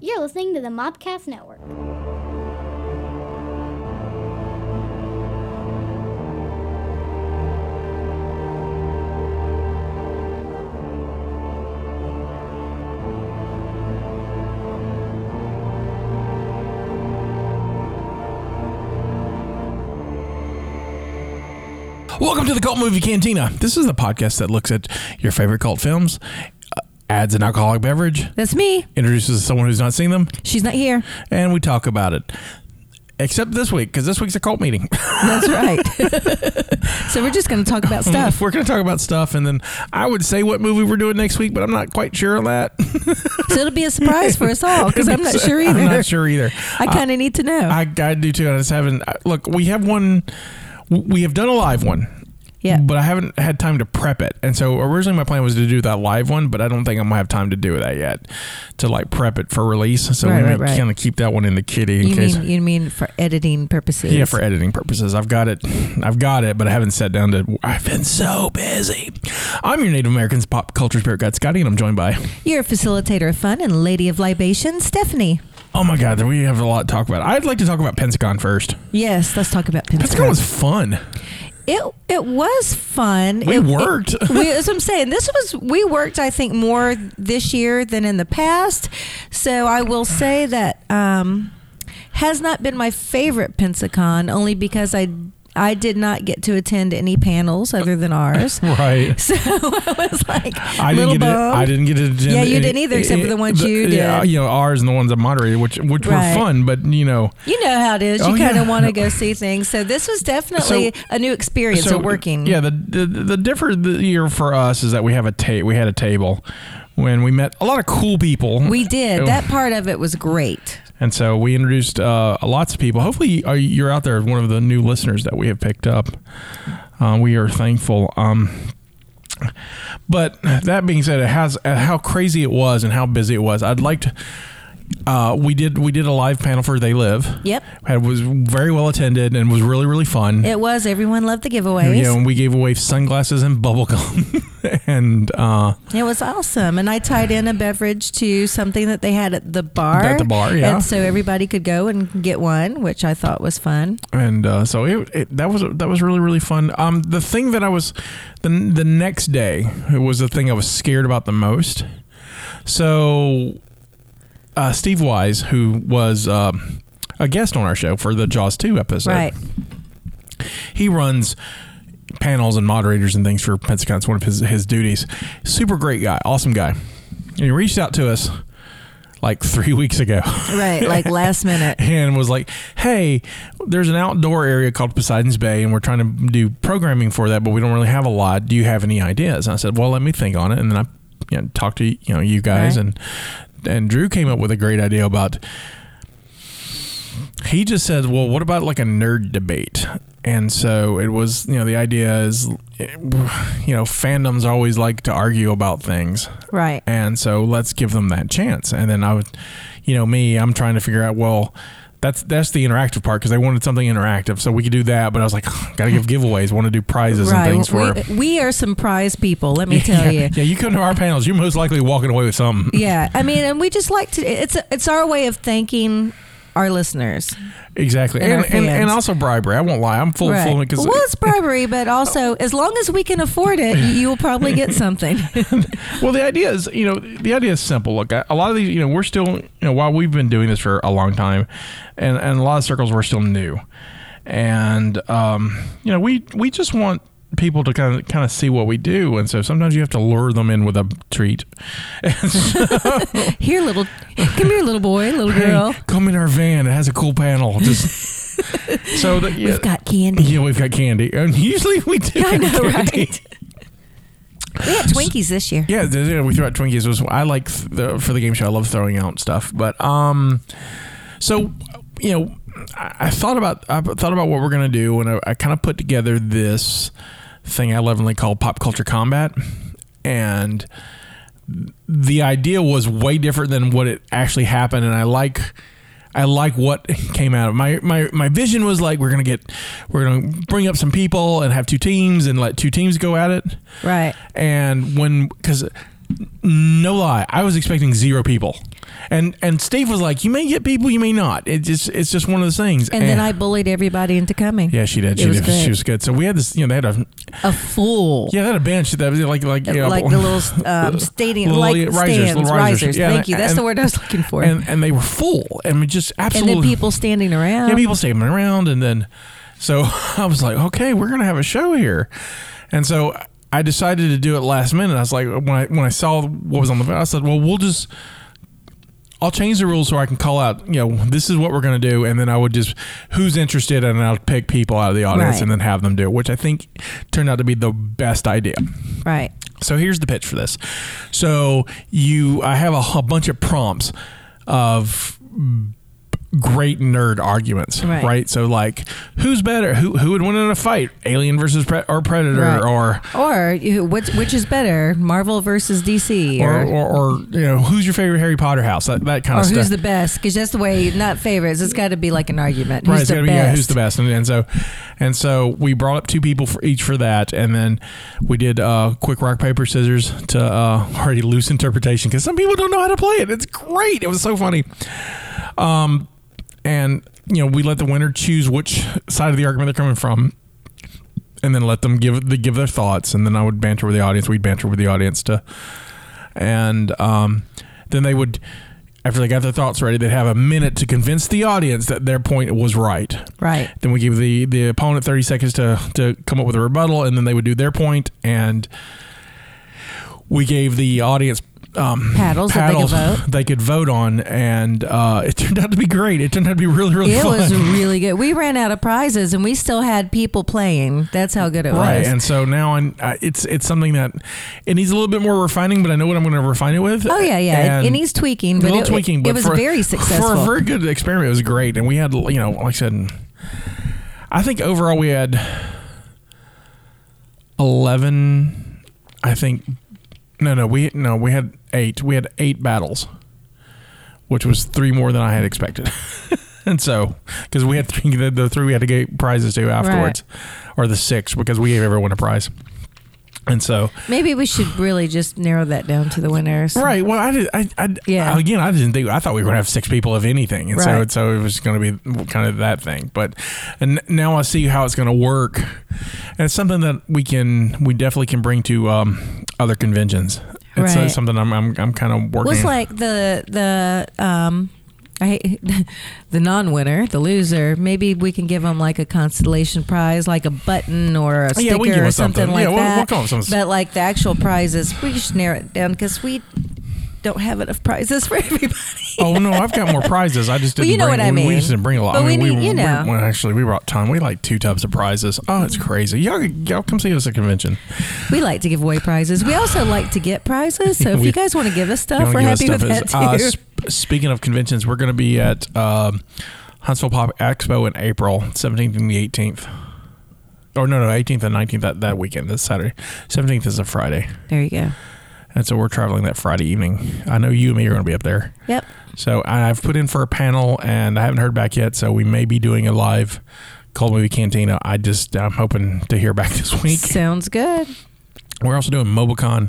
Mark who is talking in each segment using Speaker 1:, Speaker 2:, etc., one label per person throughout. Speaker 1: You're listening to the Mobcast Network.
Speaker 2: Welcome to the Cult Movie Cantina. This is the podcast that looks at your favorite cult films, uh, adds an alcoholic beverage,
Speaker 3: That's me.
Speaker 2: introduces someone who's not seen them,
Speaker 3: She's not here.
Speaker 2: and we talk about it. Except this week, because this week's a cult meeting.
Speaker 3: That's right. so we're just going to talk about stuff.
Speaker 2: we're going to talk about stuff, and then I would say what movie we're doing next week, but I'm not quite sure on that.
Speaker 3: So it'll be a surprise for us all because I'm not sure either.
Speaker 2: I'm not sure either.
Speaker 3: I kind of need to know.
Speaker 2: I, I do too. I just haven't. I- Look, we have one. We have done a live one.
Speaker 3: Yeah.
Speaker 2: But I haven't had time to prep it. And so originally my plan was to do that live one, but I don't think I'm going to have time to do that yet to like prep it for release. So
Speaker 3: Right,
Speaker 2: we
Speaker 3: right, right.
Speaker 2: kind of keep that one in the kitty in
Speaker 3: you
Speaker 2: case.
Speaker 3: mean you mean for editing purposes?
Speaker 2: yeah, for editing purposes. I've got it. I've got it, but I haven't sat down to. I've been so busy. I'm your Native Americans pop culture spirit guide, Scotty, and I'm joined by.
Speaker 3: You're a facilitator of fun and lady of libation, Stephanie.
Speaker 2: Oh my God, we have a lot to talk about. I'd like to talk about Pensacon first.
Speaker 3: Yes, let's talk about
Speaker 2: Pensacon
Speaker 3: Pensacon.
Speaker 2: was fun.
Speaker 3: it it was fun.
Speaker 2: We
Speaker 3: It- it-
Speaker 2: worked.
Speaker 3: we, that's what I'm saying. This was we worked. I think more this year than in the past. So I will say that um, has not been my favorite Pensacon only because I I did not get to attend any panels other than ours.
Speaker 2: Right.
Speaker 3: So I was like,
Speaker 2: I
Speaker 3: little
Speaker 2: didn't get it.
Speaker 3: bummed.
Speaker 2: I didn't get it.
Speaker 3: Yeah, you didn't either, except for the ones you
Speaker 2: Yeah,
Speaker 3: did.
Speaker 2: you know ours and the ones I moderated, which which
Speaker 3: Right.
Speaker 2: were fun, but you know,
Speaker 3: You know how it is. You
Speaker 2: Oh,
Speaker 3: kind of
Speaker 2: yeah.
Speaker 3: want to go see things. So this was definitely
Speaker 2: So-
Speaker 3: a new experience at working.
Speaker 2: Yeah, the the, the different year for us is that we have a ta- we had a table when we met a lot of cool people.
Speaker 3: We
Speaker 2: Oh.
Speaker 3: did. That part of it was great.
Speaker 2: and so we introduced uh, lots of people. Hopefully, uh, you're out there, one of the new listeners that we have picked up. Uh, we are thankful. Um, but that being said, it has uh, how crazy it was and how busy it was. I'd like to. Uh, we did we did a live panel for They Live.
Speaker 3: Yep.
Speaker 2: It was very well attended and was really really fun.
Speaker 3: It was. Everyone loved the giveaways.
Speaker 2: you know, and we gave away sunglasses and bubble gum, and uh,
Speaker 3: It was awesome. And I tied in a beverage to something that they had at the bar.
Speaker 2: At the bar, yeah.
Speaker 3: And so everybody could go and get one, which I thought was fun.
Speaker 2: and uh, so it, it that was that was really really fun. Um, the thing that I was the the next day it was the thing I was scared about the most. So, uh, Steve Wise, who was um a guest on our show for the Jaws two episode,
Speaker 3: right.
Speaker 2: he runs panels and moderators and things for Pensacon. It's one of his, his duties. Super great guy, awesome guy. And he reached out to us like three weeks ago
Speaker 3: Right. Like last minute.
Speaker 2: and was like, "Hey, there's an outdoor area called Poseidon's Bay, and we're trying to do programming for that, but we don't really have a lot. Do you have any ideas?" And I said, "Well, let me think on it." And then I you know, talked to you know you guys,
Speaker 3: Right.
Speaker 2: and and Drew came up with a great idea about. He just said, "Well, what about like a nerd debate?" And so it was, you know, the idea is, you know, fandoms always like to argue about things
Speaker 3: Right.
Speaker 2: and so let's give them that chance and then i would you know me i'm trying to figure out well that's that's the interactive part because they wanted something interactive so we could do that but i was like gotta give giveaways want to do prizes
Speaker 3: Right.
Speaker 2: and things for
Speaker 3: we, we are some prize people, let me tell
Speaker 2: yeah,
Speaker 3: you.
Speaker 2: yeah you come to our panels you're most likely walking away with something
Speaker 3: Yeah. I mean, and we just like to, it's, it's our way of thanking our listeners.
Speaker 2: exactly
Speaker 3: And
Speaker 2: and,
Speaker 3: our
Speaker 2: and, and
Speaker 3: fans.
Speaker 2: also bribery i won't lie i'm full full
Speaker 3: Right.
Speaker 2: because
Speaker 3: Well, it's bribery, but also as long as we can afford it, you will probably get something.
Speaker 2: Well, the idea is, you know, the idea is simple. Look, a a lot of these, you know, we're still, you know, while we've been doing this for a long time, and and a lot of circles we're still new, and um, you know, we we just want people to kind of kind of see what we do, and so sometimes you have to lure them in with a treat.
Speaker 3: Here, little, come here, little boy, little girl.
Speaker 2: Hey, come in our van; it has a cool panel. Just so that yeah,
Speaker 3: We've got candy.
Speaker 2: yeah, we've got candy, and usually we do.
Speaker 3: I
Speaker 2: have
Speaker 3: know,
Speaker 2: candy.
Speaker 3: right? We had Twinkies this year.
Speaker 2: Yeah, th- yeah, we threw out Twinkies. It Was I like th- the, for the game show? I love throwing out stuff. But um, so you know, I, I thought about I thought about what we're gonna do, and I, I kind of put together this thing I lovingly call pop culture combat, and the idea was way different than what it actually happened, and I like. I like what came out of it. my my my vision was like we're gonna get we're gonna bring up some people and have two teams and let two teams go at it
Speaker 3: Right.
Speaker 2: and when because no lie, I was expecting zero people, and and Steve was like, "You may get people, you may not. It just it's just one of those things." Eh,
Speaker 3: And then I bullied everybody into coming.
Speaker 2: yeah, she did.
Speaker 3: It
Speaker 2: She
Speaker 3: was
Speaker 2: did.
Speaker 3: good.
Speaker 2: She was good. So we had this, you know, they had a
Speaker 3: A fool.
Speaker 2: yeah, they had a bench that was like like you know,
Speaker 3: like the little um, stadium,
Speaker 2: Little
Speaker 3: like
Speaker 2: risers,
Speaker 3: stands,
Speaker 2: little
Speaker 3: risers.
Speaker 2: risers. Yeah,
Speaker 3: Thank you. That's
Speaker 2: and-
Speaker 3: the word I was looking for. And,
Speaker 2: and and they were full. I mean, just absolutely
Speaker 3: then people standing around.
Speaker 2: yeah, people standing around, and then so I was like, okay, we're gonna have a show here, and so I decided to do it last minute. I was like, when I when I saw what was on the, I said, well, we'll just. I'll change the rules so I can call out, you know, this is what we're going to do. And then I would just, who's interested, and I'll pick people out of the audience
Speaker 3: Right.
Speaker 2: and then have them do it, which I think turned out to be the best idea.
Speaker 3: Right.
Speaker 2: So here's the pitch for this. So you, I have a, a bunch of prompts of great nerd arguments,
Speaker 3: Right.
Speaker 2: right? So like, who's better? Who who would win in a fight? Alien versus pre- or Predator
Speaker 3: Right.
Speaker 2: or.
Speaker 3: Or you- which which is better, Marvel versus DC,
Speaker 2: Or,
Speaker 3: or, or,
Speaker 2: or, or you know who's your favorite Harry Potter house that, that kind of stuff
Speaker 3: who's the best? Because that's the way. Not favorites. It's got to be like an argument.
Speaker 2: right
Speaker 3: who's
Speaker 2: it's
Speaker 3: the
Speaker 2: gotta be
Speaker 3: best?
Speaker 2: yeah, who's the best and, and so and so we brought up two people for each for that and then we did uh quick rock paper scissors to uh already loose interpretation because some people don't know how to play it it's great it was so funny um and you know we let the winner choose which side of the argument they're coming from and then let them give the give their thoughts and then i would banter with the audience we'd banter with the audience to and um then they would after they got their thoughts ready, they'd have a minute to convince the audience that their point was right.
Speaker 3: Right.
Speaker 2: Then we give the the opponent thirty seconds to to come up with a rebuttal, and then they would do their point, and we gave the audience. Um,
Speaker 3: Paddles that they could vote.
Speaker 2: they could vote on, and uh, it turned out to be great. It turned out to be really, really
Speaker 3: It
Speaker 2: fun.
Speaker 3: was really good. We ran out of prizes, and we still had people playing. That's how good it
Speaker 2: right,
Speaker 3: was.
Speaker 2: and so now I'm, uh, it's it's something that it needs a little bit more refining, but I know what I'm going to refine it with.
Speaker 3: oh yeah, yeah.
Speaker 2: And-
Speaker 3: It, it needs tweaking, but
Speaker 2: a little
Speaker 3: it,
Speaker 2: tweaking, but
Speaker 3: it was
Speaker 2: for,
Speaker 3: very successful.
Speaker 2: For a very good experiment, it was great. And we had, you know, like I said, I think overall we had 11, I think, no, no, we, no, we had eight. We had eight battles, which was three more than I had expected. and so, because we had three, the, the three we had to get prizes to afterwards, or the six, because we gave everyone a prize. And so,
Speaker 3: Maybe we should really just narrow that down to the winners.
Speaker 2: Right. Well, I did. I, I
Speaker 3: Yeah.
Speaker 2: Again, I didn't think. I thought we were gonna have six people of anything, and
Speaker 3: Right.
Speaker 2: so so it was gonna be kind of that thing. But and now I see how it's gonna work, and it's something that we can we definitely can bring to um, other conventions. It's uh,
Speaker 3: Right.
Speaker 2: something I'm I'm, I'm kind of working.
Speaker 3: was like the the um I hate the non-winner, the loser. Maybe we can give them like a constellation prize, like a button or a
Speaker 2: Oh,
Speaker 3: sticker
Speaker 2: yeah, we can give
Speaker 3: or
Speaker 2: 'em
Speaker 3: something,
Speaker 2: something.
Speaker 3: like
Speaker 2: Yeah, we'll- we'll
Speaker 3: that.
Speaker 2: come up with something.
Speaker 3: But like the actual prizes, we should narrow it down because we don't have enough prizes for everybody.
Speaker 2: oh no, I've got more prizes. I just
Speaker 3: Well,
Speaker 2: didn't.
Speaker 3: you know
Speaker 2: bring,
Speaker 3: what I
Speaker 2: we- We
Speaker 3: mean.
Speaker 2: just didn't bring a lot.
Speaker 3: But
Speaker 2: I
Speaker 3: we
Speaker 2: mean,
Speaker 3: need- you
Speaker 2: we-
Speaker 3: know.
Speaker 2: well, actually, we brought ton. We like two tubs of prizes. Oh, it's crazy. Y'all y'all come see us at convention.
Speaker 3: We like to give away prizes. We also like to get prizes. So if
Speaker 2: We-
Speaker 3: you guys want to give us
Speaker 2: You
Speaker 3: stuff,
Speaker 2: wanna
Speaker 3: we're
Speaker 2: give us
Speaker 3: happy with
Speaker 2: stuff
Speaker 3: that
Speaker 2: is-
Speaker 3: too.
Speaker 2: uh, sp- speaking of conventions, we're going to be at um, Huntsville Pop Expo in April, 17th and the 18th. Or no, no, 18th and 19th that, that weekend, this Saturday. 17th is a Friday.
Speaker 3: there you go.
Speaker 2: And so we're traveling that Friday evening. I know you and me are going to be up there.
Speaker 3: Yep.
Speaker 2: So I- I've put in for a panel and I haven't heard back yet. So we may be doing a live Cold Movie Cantina. I just, I'm hoping to hear back this week.
Speaker 3: Sounds good.
Speaker 2: We're also doing MobileCon.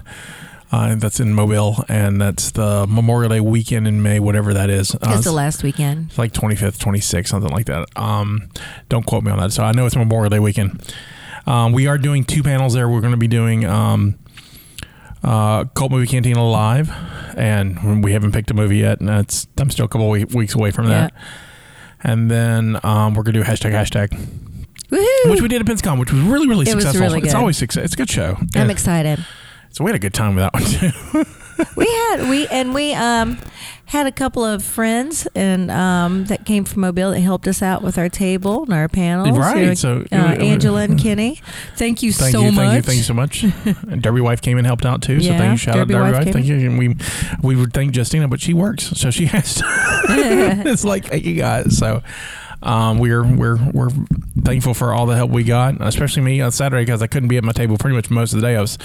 Speaker 2: Uh, that's in Mobile, and that's the Memorial Day weekend in May, whatever that is. Uh,
Speaker 3: It's
Speaker 2: it's
Speaker 3: the last weekend.
Speaker 2: like 25th, 26th, something like that. Um, don't quote me on that. So I know it's Memorial Day weekend. Um, we are doing two panels there. We're going to be doing um, uh, Cult Movie Cantina Live, and we haven't picked a movie yet, and that's, I'm still a couple we- weeks away from that. And then um, we're going to do hashtag hashtag,
Speaker 3: Woohoo!
Speaker 2: which we did at Pensacon, which was really, really
Speaker 3: It was
Speaker 2: successful.
Speaker 3: really
Speaker 2: It's
Speaker 3: good.
Speaker 2: always success. It's a good show.
Speaker 3: I'm
Speaker 2: Yeah.
Speaker 3: excited.
Speaker 2: so we had a good time with that one, too.
Speaker 3: we had we and we um had a couple of friends and um that came from Mobile that helped us out with our table and our panels.
Speaker 2: Right,
Speaker 3: They were,
Speaker 2: so-
Speaker 3: uh, Angela and Kenny, thank you
Speaker 2: Thank
Speaker 3: so
Speaker 2: you,
Speaker 3: much.
Speaker 2: thank you, thank you so much. And Derby wife came and helped out too, so
Speaker 3: Yeah,
Speaker 2: thank you. Shout
Speaker 3: Derby
Speaker 2: out Derby
Speaker 3: wife
Speaker 2: wife,
Speaker 3: came
Speaker 2: thank you. And we we would thank Justina, but she works, so she has. To. it's like hey, you guys. So um, we're we're we're thankful for all the help we got, especially me on Saturday because I couldn't be at my table pretty much most of the day. I was,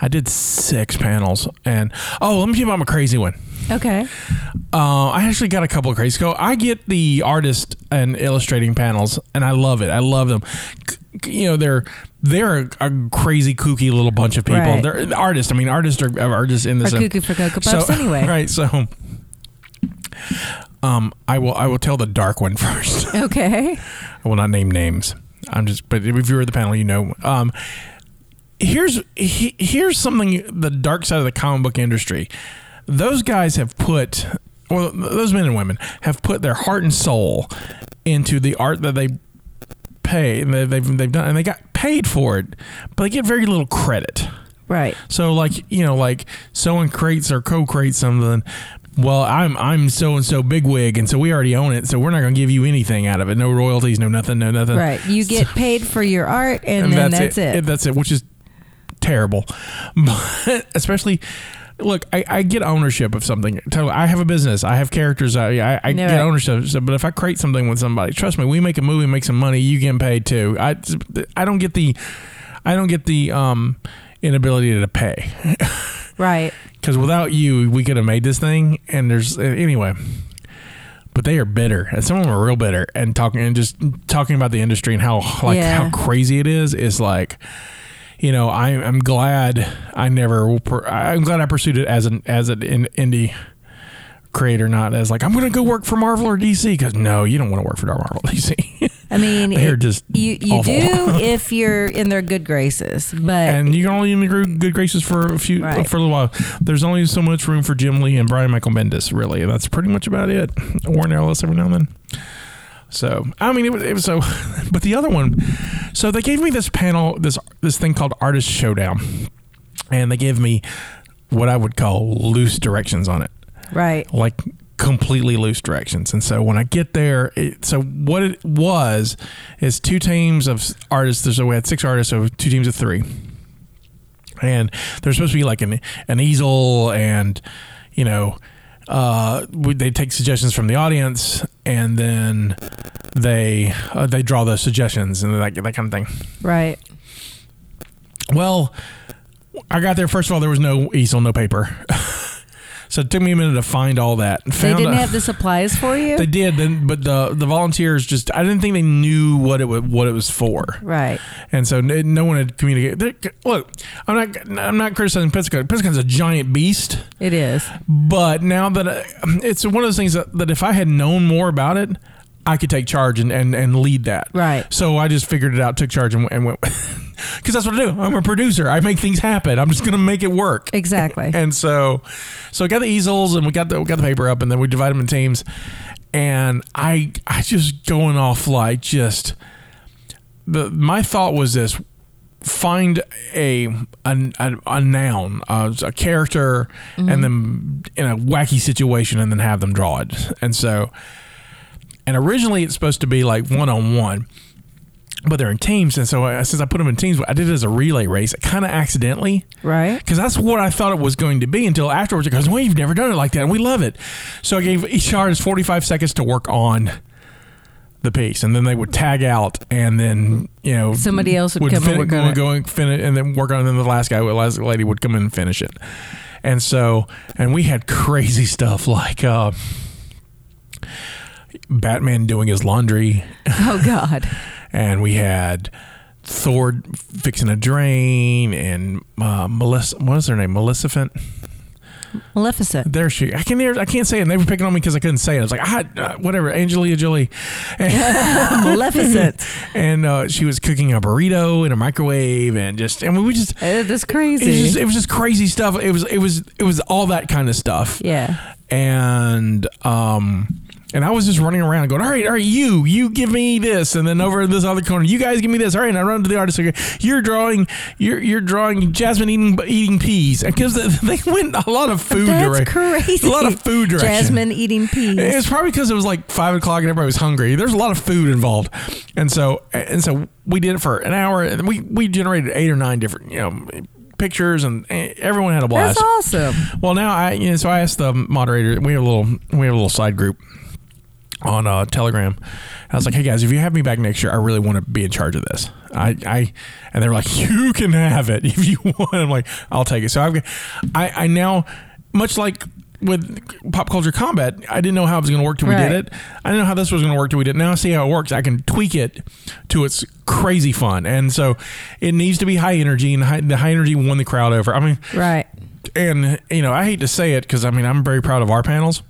Speaker 2: I did six panels, and oh, let me give you my crazy one.
Speaker 3: okay,
Speaker 2: Uh, I actually got a couple of crazy. So I get the artist and illustrating panels, and I love it. I love them. C- you know they're they're a, a crazy kooky little bunch of people.
Speaker 3: Right.
Speaker 2: They're artists. I mean, artists are, are just in this.
Speaker 3: Or cuckoo for Cocoa
Speaker 2: so,
Speaker 3: Puffs anyway.
Speaker 2: right? So, um, I will I will tell the dark one first.
Speaker 3: Okay.
Speaker 2: I will not name names. I'm just, but if you were the panel, you know. Um, here's he, here's something: the dark side of the comic book industry. Those guys have put, well, those men and women have put their heart and soul into the art that they pay. and They, they've they've done, and they got paid for it, but they get very little credit.
Speaker 3: Right.
Speaker 2: So like you know like someone creates or co-creates something. Well, I'm I'm so and so bigwig, and so we already own it. So we're not going to give you anything out of it. No royalties, no nothing, no nothing.
Speaker 3: Right. You get paid for your art, and, then that's, it.
Speaker 2: Uh, That's it, which is terrible. But especially, look, I, I get ownership of something. Totally, I have a business. I have characters. I I, I
Speaker 3: Yeah,
Speaker 2: get
Speaker 3: right.
Speaker 2: ownership. So, but if I create something with somebody, trust me, we make a movie, make some money. You get paid too. I I don't get the I don't get the um inability to pay
Speaker 3: Right.
Speaker 2: because without you, we could have made this thing. And there's anyway, but they are bitter, and some of them are real bitter. And talking and just talking about the industry and how like
Speaker 3: Yeah.
Speaker 2: how crazy it is is like, you know, I, I'm glad I never. per- I'm glad I pursued it as an as an in, indie creator, not as like I'm going to go work for Marvel or DC. Because no, you don't want to work for Marvel or DC.
Speaker 3: I mean,
Speaker 2: They're
Speaker 3: it-
Speaker 2: just
Speaker 3: you you
Speaker 2: awful.
Speaker 3: do if you're in their good graces, but
Speaker 2: and you can only in the gr- good graces for a few
Speaker 3: Right.
Speaker 2: for a little while. There's only so much room for Jim Lee and Brian Michael Bendis, really, and that's pretty much about it. Warren Ellis every now and then. So I mean, it was, it was so, but the other one. So they gave me this panel, this this thing called Artist Showdown, and they gave me what I would call loose directions on it
Speaker 3: right.
Speaker 2: like completely loose directions. And so when I get there, it, so what it was is two teams of s- artists. So we had six artists, so two teams of three. And there's supposed to be like an an easel, and you know, uh, we, they take suggestions from the audience, and then they uh, they draw those suggestions and that that kind of thing.
Speaker 3: Right.
Speaker 2: Well, I got there. First of all, there was no easel, no paper. So it took me a minute to find all that.
Speaker 3: They
Speaker 2: Found
Speaker 3: didn't
Speaker 2: a-
Speaker 3: have the supplies for you.
Speaker 2: They did, then, but the the volunteers just I didn't think they knew what it wa- what it was for,
Speaker 3: right.
Speaker 2: and so n- no one had communicated. They- Look, I'm not I'm not criticizing Pizzicato. Pizzicato a giant beast,
Speaker 3: It is.
Speaker 2: but now that I, it's one of those things that, that if I had known more about it, I could take charge and and, and lead that.
Speaker 3: Right.
Speaker 2: So I just figured it out, took charge, and, and went because that's what I do. I'm a producer. I make things happen. I'm just gonna make it work.
Speaker 3: Exactly.
Speaker 2: And so, so we got the easels and we got the we got the paper up, and then we divide them in teams. And I I just going off like just the my thought was this: find a a, a, a noun, a, a character, and then in a wacky situation, and then have them draw it. And so, and originally it's supposed to be like one on one. But they're in teams, and so I, since I put them in teams, I did it as a relay race, kind of accidentally
Speaker 3: Right.
Speaker 2: because that's what I thought it was going to be until afterwards. It goes, well, you've never done it like that, and we love it. So I gave each artist 45 seconds to work on the piece, and then they would tag out, and then you know
Speaker 3: Somebody else would come and
Speaker 2: fini-
Speaker 3: work on
Speaker 2: would
Speaker 3: it.
Speaker 2: go and finish, and then work on, it, and then the last guy, the last lady would come in and finish it. And so, and we had crazy stuff like uh, Batman doing his laundry
Speaker 3: Oh God.
Speaker 2: and we had Thor fixing a drain, and uh, Melissa, what is her name? Maleficent.
Speaker 3: Maleficent.
Speaker 2: There she. I can hear. I can't say it. And they were picking on me because I couldn't say it. I was like, ah, uh, whatever. Angelia Jolie, and,
Speaker 3: Maleficent.
Speaker 2: and uh, she was cooking a burrito in a microwave, and just and we just.
Speaker 3: Uh, that's
Speaker 2: It was,
Speaker 3: crazy.
Speaker 2: just, it was just crazy stuff. It was it was it was all that kind of stuff.
Speaker 3: yeah.
Speaker 2: and um and I was just running around going, all right, all right, you, you give me this, and then over in this other corner, you guys give me this. All right, and I run to the artist. Okay, you're drawing, you're you're drawing Jasmine eating eating peas because they went a lot of food
Speaker 3: That's
Speaker 2: direct-
Speaker 3: crazy.
Speaker 2: a lot of food direction.
Speaker 3: Jasmine eating
Speaker 2: It was
Speaker 3: peas.
Speaker 2: probably because it was like five o'clock and everybody was hungry. There's a lot of food involved, and so and so we did it for an hour, and we we generated eight or nine different you know pictures, and eh, everyone had a blast.
Speaker 3: That's awesome.
Speaker 2: Well, now I you know, so I asked the moderator. We have a little we have a little side group on uh, Telegram. I was like, hey guys, if you have me back next year, I really want to be in charge of this. I, I and they're like, you can have it if you want. I'm like, I'll take it. So I've got- I I now much like with pop culture combat, I didn't know how it was going to work till we
Speaker 3: Right.
Speaker 2: did it. I didn't know how this was going to work till we did it. Now I see how it works. I can tweak it to its crazy fun, and so it needs to be high energy, and high, the high energy won the crowd over. I mean,
Speaker 3: Right.
Speaker 2: and you know, I hate to say it because I mean I'm very proud of our panels.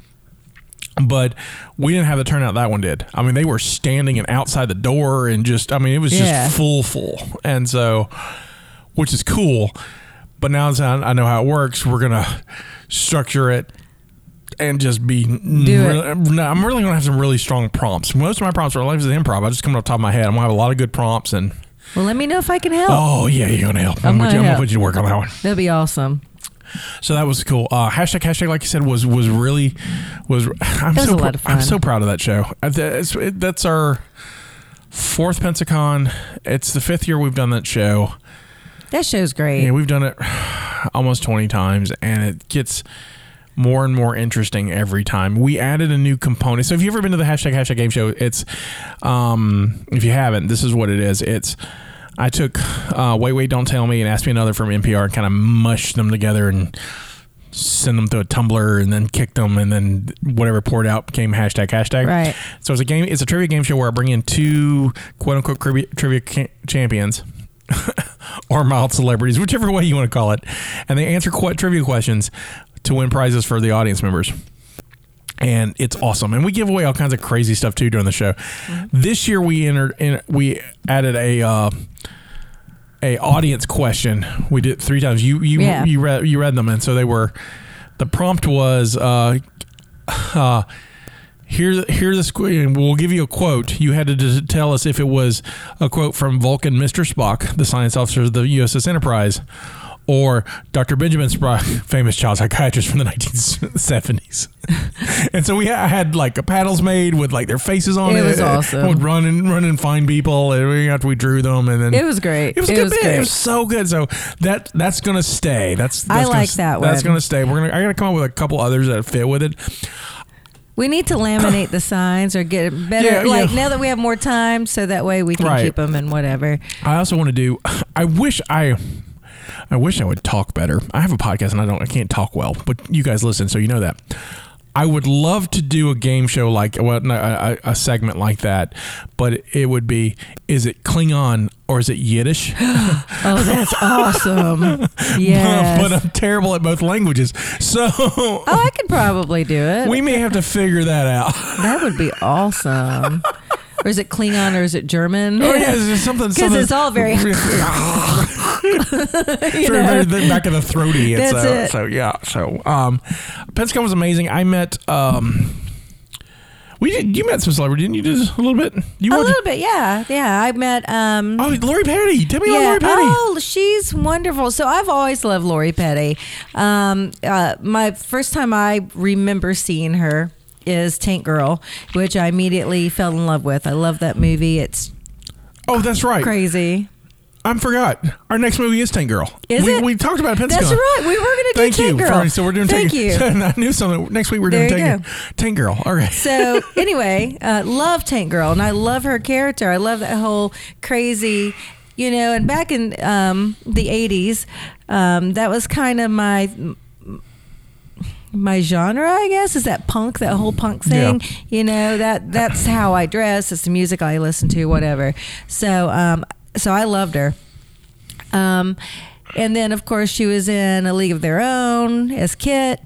Speaker 2: But we didn't have the turnout that one did. I mean, they were standing and outside the door, and just I mean, it was
Speaker 3: Yeah.
Speaker 2: just full, full, and so, which is cool. But now that I I know how it works, we're gonna structure it and just be.
Speaker 3: it.
Speaker 2: really- no, I'm really gonna have some really strong prompts. Most of my prompts are life is improv. I just come off the top of my head. I'm gonna have a lot of good prompts, and
Speaker 3: Well, let me know if I can help.
Speaker 2: oh yeah, you're gonna help. I'm,
Speaker 3: I'm
Speaker 2: gonna,
Speaker 3: gonna
Speaker 2: I'm gonna
Speaker 3: help.
Speaker 2: put you to work on that one.
Speaker 3: That'd be awesome.
Speaker 2: So that was cool. Uh, hashtag hashtag like you said was was really was. I'm
Speaker 3: was
Speaker 2: so
Speaker 3: a lot of
Speaker 2: I'm
Speaker 3: fun.
Speaker 2: so proud of that show. Uh, th- it's- it- that's our fourth Pensacon. It's the fifth year we've done that show.
Speaker 3: That show's great.
Speaker 2: Yeah, we've done it almost 20 times, and it gets more and more interesting every time. We added a new component. So if you've ever been to the hashtag hashtag game show, it's um, if you haven't, this is what it is. It's I took uh, wait wait don't tell me and ask me another from NPR and kind of mushed them together and send them through a tumbler and then kicked them and then whatever poured out became hashtag hashtag.
Speaker 3: Right.
Speaker 2: So it's a game. It's a trivia game show where I bring in two quote unquote trivia, trivia ca- champions. or mild celebrities, whichever way you want to call it, and they answer qu- trivia questions to win prizes for the audience members. And it's awesome, and we give away all kinds of crazy stuff too during the show. This year we entered, in, we added a uh, a audience question. We did three times. You you
Speaker 3: Yeah.
Speaker 2: you read you read them, and so they were. The prompt was, uh, uh, "Here here the squ- and We'll give you a quote. You had to d- tell us if it was a quote from Vulcan Mister Spock, the science officer of the USS Enterprise." Or Dr. Benjamin Spock, famous child psychiatrist from the 1970s. and so we ha- I had like a paddles made with like their faces on it.
Speaker 3: It was awesome.
Speaker 2: Would run and run and find people. And we, after we drew them, and then
Speaker 3: It was great.
Speaker 2: it was a good bit.
Speaker 3: great.
Speaker 2: It was so good. So that that's gonna stay. That's, that's
Speaker 3: I
Speaker 2: gonna,
Speaker 3: like that
Speaker 2: That's
Speaker 3: one.
Speaker 2: gonna stay. We're gonna. I gotta come up with a couple others that fit with it.
Speaker 3: We need to laminate the signs or get it better.
Speaker 2: Yeah,
Speaker 3: like
Speaker 2: yeah.
Speaker 3: now that we have more time, so that way we can keep 'em
Speaker 2: Right.
Speaker 3: keep them and whatever.
Speaker 2: I also want to do. I wish I. I wish I would talk better. I have a podcast and I don't. I can't talk well, but you guys listen, so you know that. I would love to do a game show like well, no, a, a- a segment like that, but it would be: is it Klingon or is it Yiddish?
Speaker 3: Oh, that's awesome. Yes.
Speaker 2: but uh, I'm terrible at both languages, so
Speaker 3: oh, I could probably do it.
Speaker 2: we may have to figure that out.
Speaker 3: that would be awesome. or is it Klingon or is it German?
Speaker 2: Oh yeah, it's something.
Speaker 3: Because it's all very. you
Speaker 2: It's very,
Speaker 3: know?
Speaker 2: very th- back of the throaty. And
Speaker 3: That's
Speaker 2: so,
Speaker 3: it.
Speaker 2: so yeah. So um, Pensacon was amazing. I met um, we did, you met some celebrity, didn't you? Just a little bit. You
Speaker 3: A
Speaker 2: went-
Speaker 3: little bit, yeah, yeah. I met. um
Speaker 2: Oh, Lori Petty. Tell me about
Speaker 3: yeah.
Speaker 2: Lori Petty.
Speaker 3: Oh, she's wonderful. So I've always loved Lori Petty. Um, uh, my first time I remember seeing her is Tank Girl, which I immediately fell in love with. I love that movie. It's
Speaker 2: Oh, that's right.
Speaker 3: crazy.
Speaker 2: I forgot. Our next movie is Tank Girl.
Speaker 3: Is
Speaker 2: we,
Speaker 3: it?
Speaker 2: We talked about Pensacon.
Speaker 3: That's right. We were going to do
Speaker 2: Thank
Speaker 3: Tank
Speaker 2: you.
Speaker 3: Girl.
Speaker 2: For, so we're doing
Speaker 3: Thank
Speaker 2: Tank
Speaker 3: you.
Speaker 2: I knew something. Next week we're doing
Speaker 3: There you
Speaker 2: Tank, Tank Girl. All right.
Speaker 3: So anyway, uh, love Tank Girl, and I love her character. I love that whole crazy, you know. And back in um, the '80s, um, that was kind of my my genre, I guess. Is that punk? That whole punk thing,
Speaker 2: Yeah.
Speaker 3: you know. That that's how I dress. It's the music I listen to, whatever. So, um, so I loved her. Um, and then, of course, she was in A League of Their Own as Kit,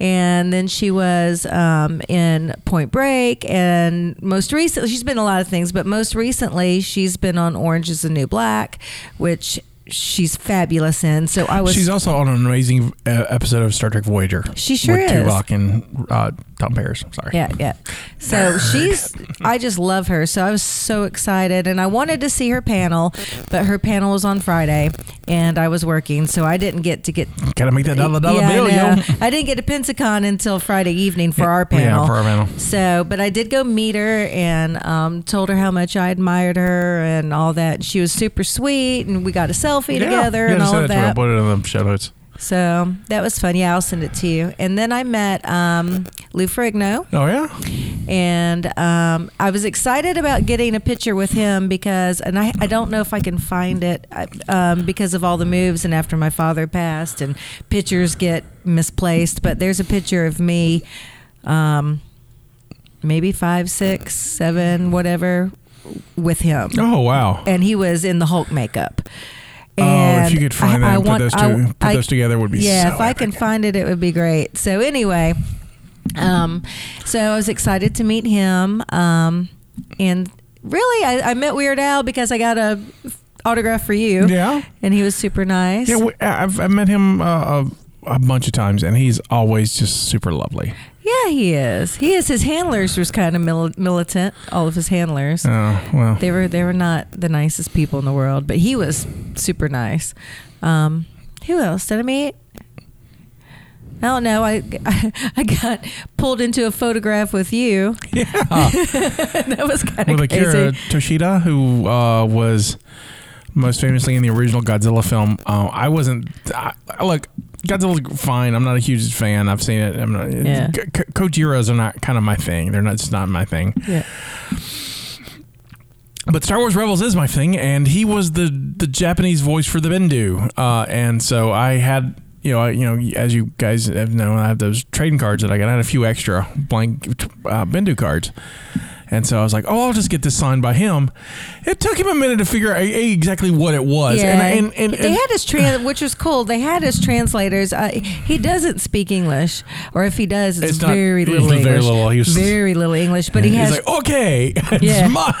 Speaker 3: and then she was um, in Point Break, and most recently, she's been in a lot of things, but most recently, she's been on Orange Is the New Black, which she's fabulous in. So I was
Speaker 2: She's also on an amazing uh, episode of Star Trek Voyager.
Speaker 3: She sure
Speaker 2: with
Speaker 3: is.
Speaker 2: Tuvok and uh, Tom Paris. I'm sorry.
Speaker 3: Yeah, yeah. So she's, I just love her. So I was so excited, and I wanted to see her panel, but her panel was on Friday, and I was working, so I didn't get to get.
Speaker 2: Gotta make that dollar dollar
Speaker 3: Yeah,
Speaker 2: bill,
Speaker 3: I,
Speaker 2: yo.
Speaker 3: know. I didn't get to Pensacon until Friday evening for our panel.
Speaker 2: Yeah, for our panel.
Speaker 3: So, but I did go meet her and um, told her how much I admired her and all that. She was super sweet, and we got a selfie together
Speaker 2: yeah,
Speaker 3: and
Speaker 2: just
Speaker 3: all
Speaker 2: send
Speaker 3: of
Speaker 2: it to me. I'll
Speaker 3: that.
Speaker 2: Put it in the show notes.
Speaker 3: So that was fun. Yeah, I'll send it to you. And then I met um, Lou Ferrigno.
Speaker 2: Oh yeah.
Speaker 3: and um, I was excited about getting a picture with him because, and I, I don't know if I can find it I- um, because of all the moves and after my father passed and pictures get misplaced. But there's a picture of me, um, maybe five, six, seven, whatever, with him,
Speaker 2: Oh wow.
Speaker 3: and he was in the Hulk makeup.
Speaker 2: oh, if you could find that and put
Speaker 3: want-
Speaker 2: those two,
Speaker 3: I-
Speaker 2: put
Speaker 3: I-
Speaker 2: those together would be
Speaker 3: yeah,
Speaker 2: so
Speaker 3: if I can
Speaker 2: epic.
Speaker 3: find it, it would be great. So anyway, um, so I was excited to meet him, um, and really, I, I met Weird Al because I got a autograph for you,
Speaker 2: Yeah.
Speaker 3: and he was super nice.
Speaker 2: Yeah, we, I've, I've met him uh, a, a bunch of times, and he's always just super lovely.
Speaker 3: Yeah, he is. He is. His handlers was kind of mil- militant. All of his handlers.
Speaker 2: Oh well,
Speaker 3: They were they were not the nicest people in the world, but he was super nice. Um, who else did I meet? I don't know. I, I I got pulled into a photograph with you.
Speaker 2: yeah.
Speaker 3: that was kind
Speaker 2: With
Speaker 3: of
Speaker 2: Akira
Speaker 3: crazy.
Speaker 2: Toshida, who uh, was most famously in the original Godzilla film. Uh, I wasn't. I, I- look, Godzilla's fine. I'm not a huge fan. I've seen it. I'm not.
Speaker 3: Yeah.
Speaker 2: K- K- Kojiras are not kind of my thing. They're not. It's not my thing.
Speaker 3: Yeah.
Speaker 2: But Star Wars Rebels is my thing, and he was the the Japanese voice for the Bendu, uh, and so I had. You know, I, you know, as you guys have known, I have those trading cards that I got. I had a few extra blank uh, Bendu cards, and so I was like, "Oh, I'll just get this signed by him." It took him a minute to figure out eh, exactly what it was, and, I- and, and,
Speaker 3: they
Speaker 2: and-
Speaker 3: had his trans, which was cool. They had his translators. Uh, he doesn't speak English, or if he does, it's,
Speaker 2: It's not-
Speaker 3: very
Speaker 2: it's
Speaker 3: little
Speaker 2: very
Speaker 3: English.
Speaker 2: little. He was-
Speaker 3: very little English, but he
Speaker 2: he's
Speaker 3: has
Speaker 2: like, "Okay, it's
Speaker 3: Yeah.
Speaker 2: mine."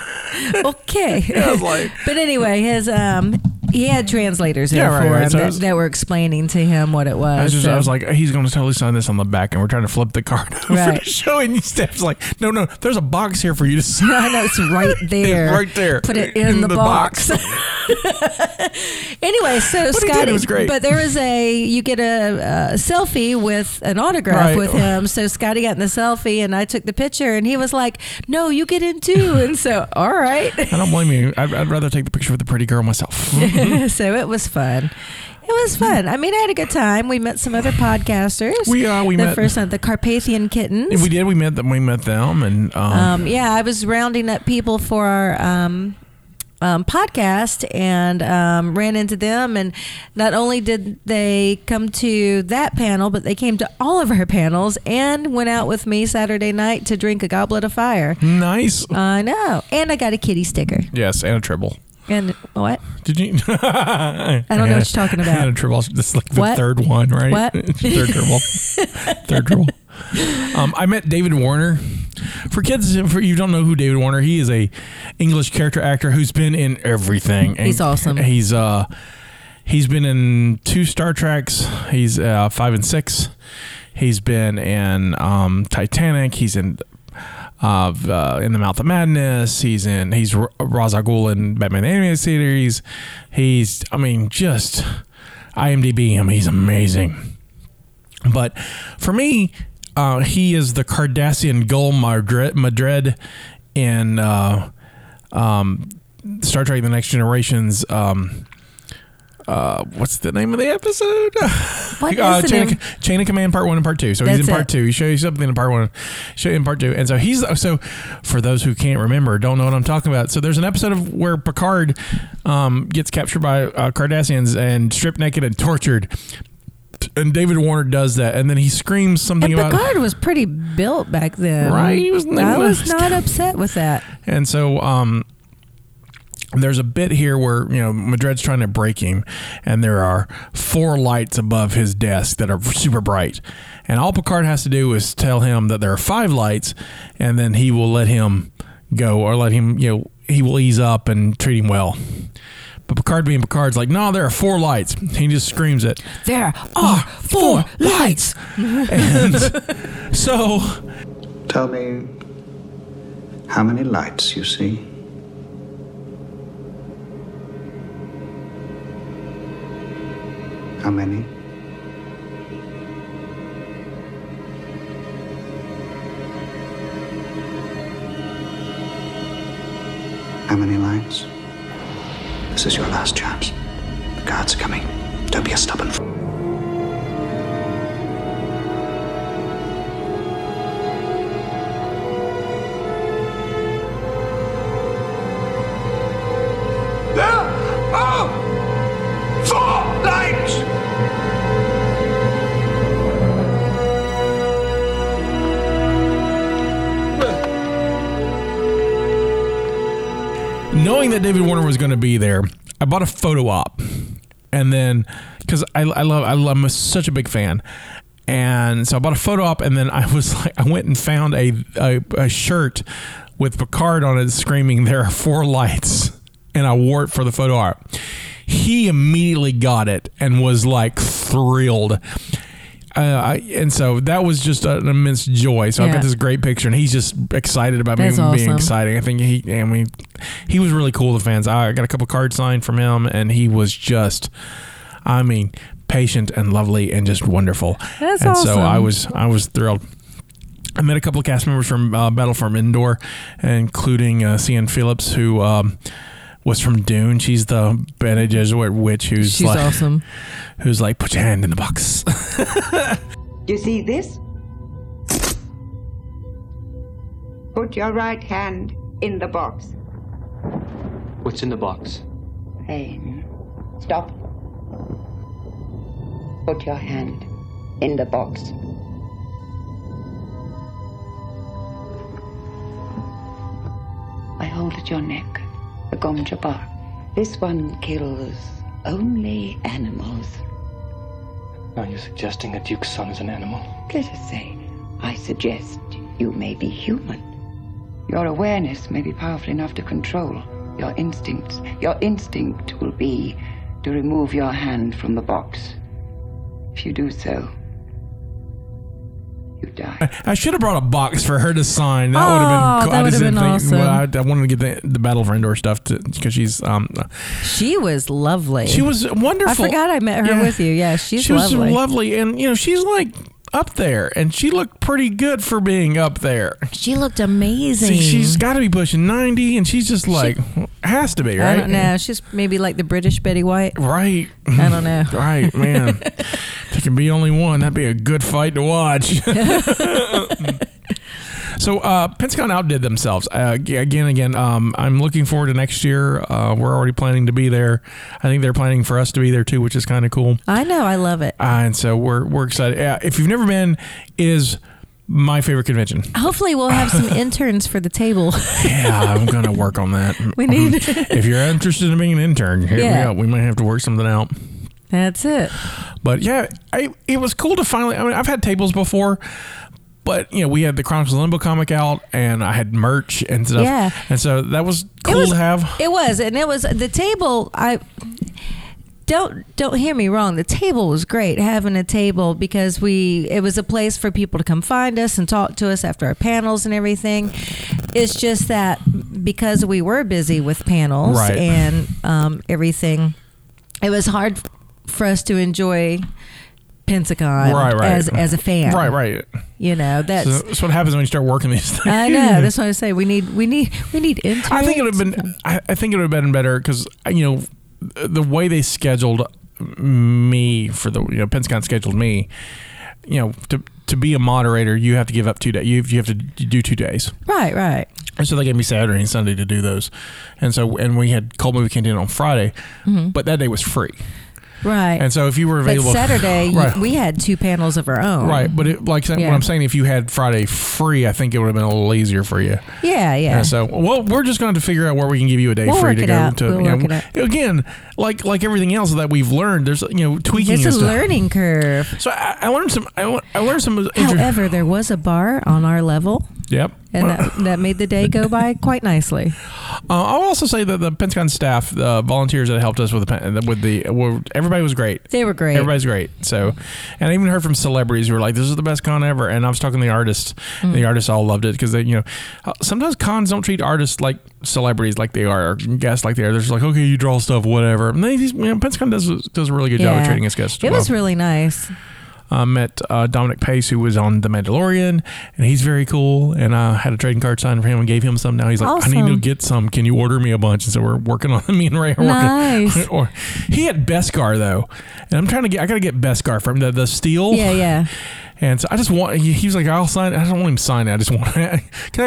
Speaker 3: okay.
Speaker 2: I was like-
Speaker 3: but anyway, his um, he had translators there
Speaker 2: Yeah, right,
Speaker 3: for
Speaker 2: right.
Speaker 3: him
Speaker 2: So I
Speaker 3: that,
Speaker 2: was-
Speaker 3: that were explaining to him what it was.
Speaker 2: I was, just,
Speaker 3: so-
Speaker 2: I was like, he's going to totally sign this on the back, and we're trying to flip the card over
Speaker 3: Right.
Speaker 2: to show any steps. Like, no, no, there's a box here for you to sign.
Speaker 3: I know it's right there.
Speaker 2: right there.
Speaker 3: Put it in, the, box. anyway, so
Speaker 2: But he did.
Speaker 3: Scotty,
Speaker 2: It was great.
Speaker 3: but there was a you get a, a selfie with an autograph
Speaker 2: Right.
Speaker 3: with him. So Scotty got in the selfie, and I took the picture, and he was like, "No, you get in too." And so, all right.
Speaker 2: I don't blame you. I'd, I'd rather take the picture with the pretty girl myself.
Speaker 3: so it was fun. It was fun. I mean, I had a good time. We met some other podcasters.
Speaker 2: We, uh, we
Speaker 3: the
Speaker 2: met-
Speaker 3: first time the Carpathian Kittens.
Speaker 2: we did. We met them. We met them, and um,
Speaker 3: um, yeah, I was rounding up people for our um, um, podcast and um, ran into them. And not only did they come to that panel, but they came to all of our panels and went out with me Saturday night to drink a goblet of fire.
Speaker 2: nice.
Speaker 3: I know. And I got a kitty sticker.
Speaker 2: yes, and a triple.
Speaker 3: And what?
Speaker 2: Did you? I
Speaker 3: don't know what you're talking about.
Speaker 2: And a triple. This is like the
Speaker 3: What?
Speaker 2: third one, right?
Speaker 3: What?
Speaker 2: third triple. third triple. Um, I met David Warner. For kids, for you don't know who David Warner, he is a English character actor who's been in everything. And
Speaker 3: He's awesome.
Speaker 2: He's uh, he's been in two Star Treks. He's uh, five and six. He's been in um, Titanic. He's in of uh, in the mouth of madness he's in he's R- Ra's al Ghul in batman the animated series he's i mean just imdb him he's amazing but for me uh, he is the cardassian gull madrid, madrid in uh, um, star trek the next generation's um, uh, what's the name of the episode?
Speaker 3: What is
Speaker 2: uh,
Speaker 3: the
Speaker 2: chain,
Speaker 3: name?
Speaker 2: Of, chain of command part one and part two. So he's
Speaker 3: That's
Speaker 2: in part
Speaker 3: it.
Speaker 2: two. He shows you something in part one, show you in part two, and so he's so. For those who can't remember, don't know what I'm talking about. So there's an episode of where Picard um, gets captured by uh, Cardassians and stripped naked and tortured, and David Warner does that, and then he screams something
Speaker 3: And
Speaker 2: about
Speaker 3: Picard was pretty built back then.
Speaker 2: Right, he was-
Speaker 3: I was not upset with that.
Speaker 2: And so um, there's a bit here where you know Madred's trying to break him, and there are four lights above his desk that are super bright, and all Picard has to do is tell him that there are five lights, and then he will let him go or let him you know he will ease up and treat him well. But Picard being Picard's like, no, there are four lights. He just screams it
Speaker 3: There
Speaker 2: Oh,
Speaker 3: are Ah, four lights.
Speaker 2: and so
Speaker 4: Tell me how many lights you see. How many? How many lights? This is your last chance. The guard's coming. Don't be a stubborn. f-
Speaker 2: knowing that David Warner was going to be there, I bought a photo op, and then because I, I love I love, I'm such a big fan, and so I bought a photo op, and then I was like I went and found a a, a shirt with Picard on it screaming "There are four lights," and I wore it for the photo op. He immediately got it and was like thrilled. Uh, I, and so that was just an immense joy. So I've
Speaker 3: Yeah.
Speaker 2: got this great picture, and he's just excited about
Speaker 3: That's
Speaker 2: me being
Speaker 3: awesome.
Speaker 2: exciting. I think he and we he was really cool. to The fans. I got a couple cards signed from him, and he was just, I mean, patient and lovely and just wonderful.
Speaker 3: That's
Speaker 2: and
Speaker 3: awesome.
Speaker 2: so I was I was thrilled. I met a couple of cast members from uh, Battle from Indoor, including uh, Cian Phillips, who um, was from Dune. She's the Bene Gesserit witch who's
Speaker 3: She's
Speaker 2: like
Speaker 3: awesome.
Speaker 2: who's like put your hand in the box.
Speaker 5: You see this? Put your right hand in the box.
Speaker 6: What's in the box?
Speaker 5: Pain. Stop. Put your hand in the box. I hold at your neck the gomja bark. This one kills only animals.
Speaker 6: Are you suggesting that Duke's son is an animal?
Speaker 5: Let us say, I suggest you may be human. Your awareness may be powerful enough to control your instincts. Your instinct will be to remove your hand from the box. If you do so, you die.
Speaker 2: I should have brought a box for her to sign. That
Speaker 3: Oh,
Speaker 2: would have been cool.
Speaker 3: that
Speaker 2: I
Speaker 3: would
Speaker 2: just
Speaker 3: have
Speaker 2: didn't
Speaker 3: been
Speaker 2: think, well, I,
Speaker 3: awesome.
Speaker 2: I wanted to get the, the Battle for Endor stuff because she's um
Speaker 3: She was lovely.
Speaker 2: she was wonderful.
Speaker 3: I forgot I met her
Speaker 2: Yeah.
Speaker 3: with you. Yeah, she's
Speaker 2: she was
Speaker 3: lovely.
Speaker 2: lovely. and you know she's like up there, and she looked pretty good for being up there.
Speaker 3: she looked amazing.
Speaker 2: See, she's got to be pushing ninety, and she's just like has to be right.
Speaker 3: I don't know. She's maybe like the British Betty White.
Speaker 2: Right,
Speaker 3: I don't know.
Speaker 2: right, man. there can be only one. That'd be a good fight to watch. So uh, Pensacon outdid themselves uh, g- again. Again, um, I'm looking forward to next year. Uh, we're already planning to be there. I think they're planning for us to be there too, which is kind of cool.
Speaker 3: I know. I love it.
Speaker 2: Uh, and so we're we're excited. Uh, if you've never been, it is my favorite convention.
Speaker 3: Hopefully, we'll have some interns for the table.
Speaker 2: Yeah, I'm gonna work on that.
Speaker 3: We need-
Speaker 2: if you're interested in being an intern, hit me
Speaker 3: Yeah.
Speaker 2: up. We might have to work something out.
Speaker 3: That's it.
Speaker 2: But yeah, I, it was cool to finally. I mean, I've had tables before, but you know, we had the Chronicles of Limbo comic out, and I had merch and stuff.
Speaker 3: Yeah.
Speaker 2: and so that was
Speaker 3: It
Speaker 2: cool
Speaker 3: was-
Speaker 2: to have.
Speaker 3: It was, and it was the table. I don't don't hear me wrong. The table was great having a table because we it was a place for people to come find us and talk to us after our panels and everything. It's just that because we were busy with panels
Speaker 2: Right.
Speaker 3: and um, everything, it was hard for us to enjoy. Pensacon
Speaker 2: Right, right.
Speaker 3: as as a fan,
Speaker 2: Right, right.
Speaker 3: You know that's
Speaker 2: So that's what happens when you start working these things.
Speaker 3: I know that's what I say. We need we need we need interns.
Speaker 2: I think it would have been. I, I think it would have been better because you know the way they scheduled me for the you know Pensacon scheduled me. You know to to be a moderator, you have to give up two days. You you have to do two days.
Speaker 3: right, right.
Speaker 2: And so they gave me Saturday and Sunday to do those. And so, and we had Cold Movie Canteen on Friday, but that day was free.
Speaker 3: Right.
Speaker 2: And so if you were
Speaker 3: Mm-hmm. but
Speaker 2: available.
Speaker 3: Saturday, you-
Speaker 2: right.
Speaker 3: we had two panels of our own.
Speaker 2: Right, but it, like
Speaker 3: Yeah.
Speaker 2: what I'm saying, if you had Friday free, I think it would have been a little easier for you.
Speaker 3: Yeah, yeah.
Speaker 2: And so, well, we're just going to figure out where we can give you a day
Speaker 3: We'll
Speaker 2: free
Speaker 3: work
Speaker 2: to
Speaker 3: it
Speaker 2: go
Speaker 3: out.
Speaker 2: to.
Speaker 3: We'll
Speaker 2: you
Speaker 3: work
Speaker 2: know,
Speaker 3: it
Speaker 2: Again, like like everything else that we've learned, there's you know tweaking.
Speaker 3: it's a
Speaker 2: and stuff.
Speaker 3: learning curve.
Speaker 2: So I, I learned some. I, le- I learned some. inter-
Speaker 3: However, there was a bar on our level,
Speaker 2: yep.
Speaker 3: and that, that made the day go by quite nicely.
Speaker 2: Uh, I'll also say that the Pensacon staff, the volunteers that helped us with the pen- with the were, everybody was great.
Speaker 3: They were great.
Speaker 2: Everybody's great. So, and I even heard from celebrities who were like, "This is the best con ever." And I was talking to the artists.
Speaker 3: Mm.
Speaker 2: and The artists all loved it because they, you know, uh, sometimes cons don't treat artists like celebrities like they are or guests like they are. They're just like, "Okay, you draw stuff, whatever." And they, these, you know, Pensacon does does a really good job of treating its guests.
Speaker 3: It
Speaker 2: well.
Speaker 3: was really nice.
Speaker 2: I met uh, Dominic Pace, who was on The Mandalorian, and he's very cool. And I had a trading card signed for him and gave him some. Now he's like, I need to
Speaker 3: Awesome.
Speaker 2: get some. Can you order me a bunch? And so we're working on me and Ray are
Speaker 3: Nice.
Speaker 2: working. or he had Beskar though, and I'm trying to get. I gotta get Beskar from the the steel.
Speaker 3: Yeah, yeah.
Speaker 2: And so I just want. He, he was like, I'll sign. it." I don't want him to sign it. I just want. Can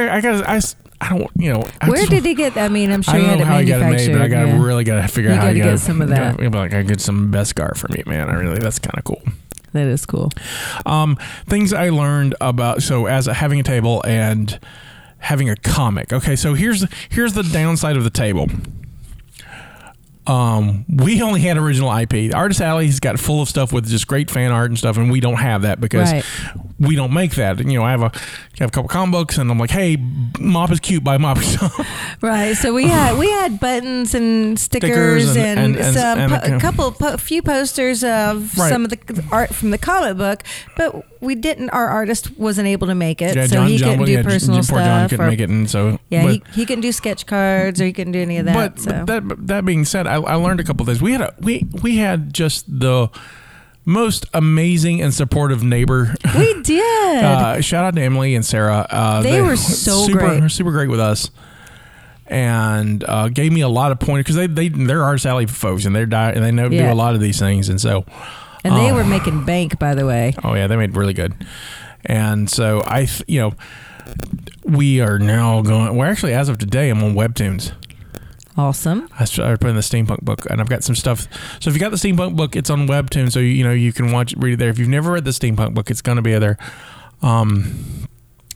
Speaker 2: I, I gotta. I, s- I don't. You know. I
Speaker 3: Where
Speaker 2: just
Speaker 3: did he get? I mean, I'm sure
Speaker 2: I
Speaker 3: he
Speaker 2: don't
Speaker 3: had
Speaker 2: know
Speaker 3: it
Speaker 2: how I got it made,
Speaker 3: manufactured.
Speaker 2: but I got
Speaker 3: yeah.
Speaker 2: to really gotta figure out
Speaker 3: You
Speaker 2: how I
Speaker 3: gotta
Speaker 2: gotta
Speaker 3: get some of that.
Speaker 2: gotta- like I get some Beskar from you, man. I really that's kind of cool.
Speaker 3: That is cool.
Speaker 2: Um, things I learned about so as having a table and having a comic. Okay, so here's here's the downside of the table. Um, we only had original IP. Artist Alley's got full of stuff with just great fan art and stuff, and we don't have that because
Speaker 3: Right.
Speaker 2: we don't make that. You know, I have a I have a couple comic books, and I'm like, hey, Mop is cute by Mop.
Speaker 3: Right. So we had we had buttons and stickers,
Speaker 2: Stickers
Speaker 3: and,
Speaker 2: and- and- and-
Speaker 3: some
Speaker 2: and a
Speaker 3: po- a
Speaker 2: co-
Speaker 3: couple po- few posters of
Speaker 2: Right.
Speaker 3: some of the art from the comic book, but we didn't. Our artist wasn't able to make it,
Speaker 2: yeah,
Speaker 3: so he couldn't do
Speaker 2: yeah,
Speaker 3: personal
Speaker 2: poor
Speaker 3: stuff.
Speaker 2: John couldn't
Speaker 3: or,
Speaker 2: make it, and so
Speaker 3: Yeah,
Speaker 2: but-
Speaker 3: he, he couldn't do sketch cards or he couldn't do any of that.
Speaker 2: but,
Speaker 3: so.
Speaker 2: but that but that being said, I, I learned a couple things. We had a we we had just the most amazing and supportive neighbor.
Speaker 3: we did.
Speaker 2: Uh, shout out to Emily and Sarah. Uh,
Speaker 3: They were so
Speaker 2: super,
Speaker 3: great.
Speaker 2: super great with us, and uh, gave me a lot of pointers because they they they're artist alley folks and they're di- and they know
Speaker 3: Yeah.
Speaker 2: do a lot of these things, and so
Speaker 3: and they
Speaker 2: oh.
Speaker 3: were making bank, by the way.
Speaker 2: Oh yeah, they made really good. And so I, th- you know, we are now going. We're actually as of today, I'm on Webtoons.
Speaker 3: Awesome.
Speaker 2: I started putting the steampunk book, and I've got some stuff. So if you got the steampunk book, it's on Webtoon, so you, you know you can watch read it there. If you've never read the steampunk book, it's gonna be there. Um,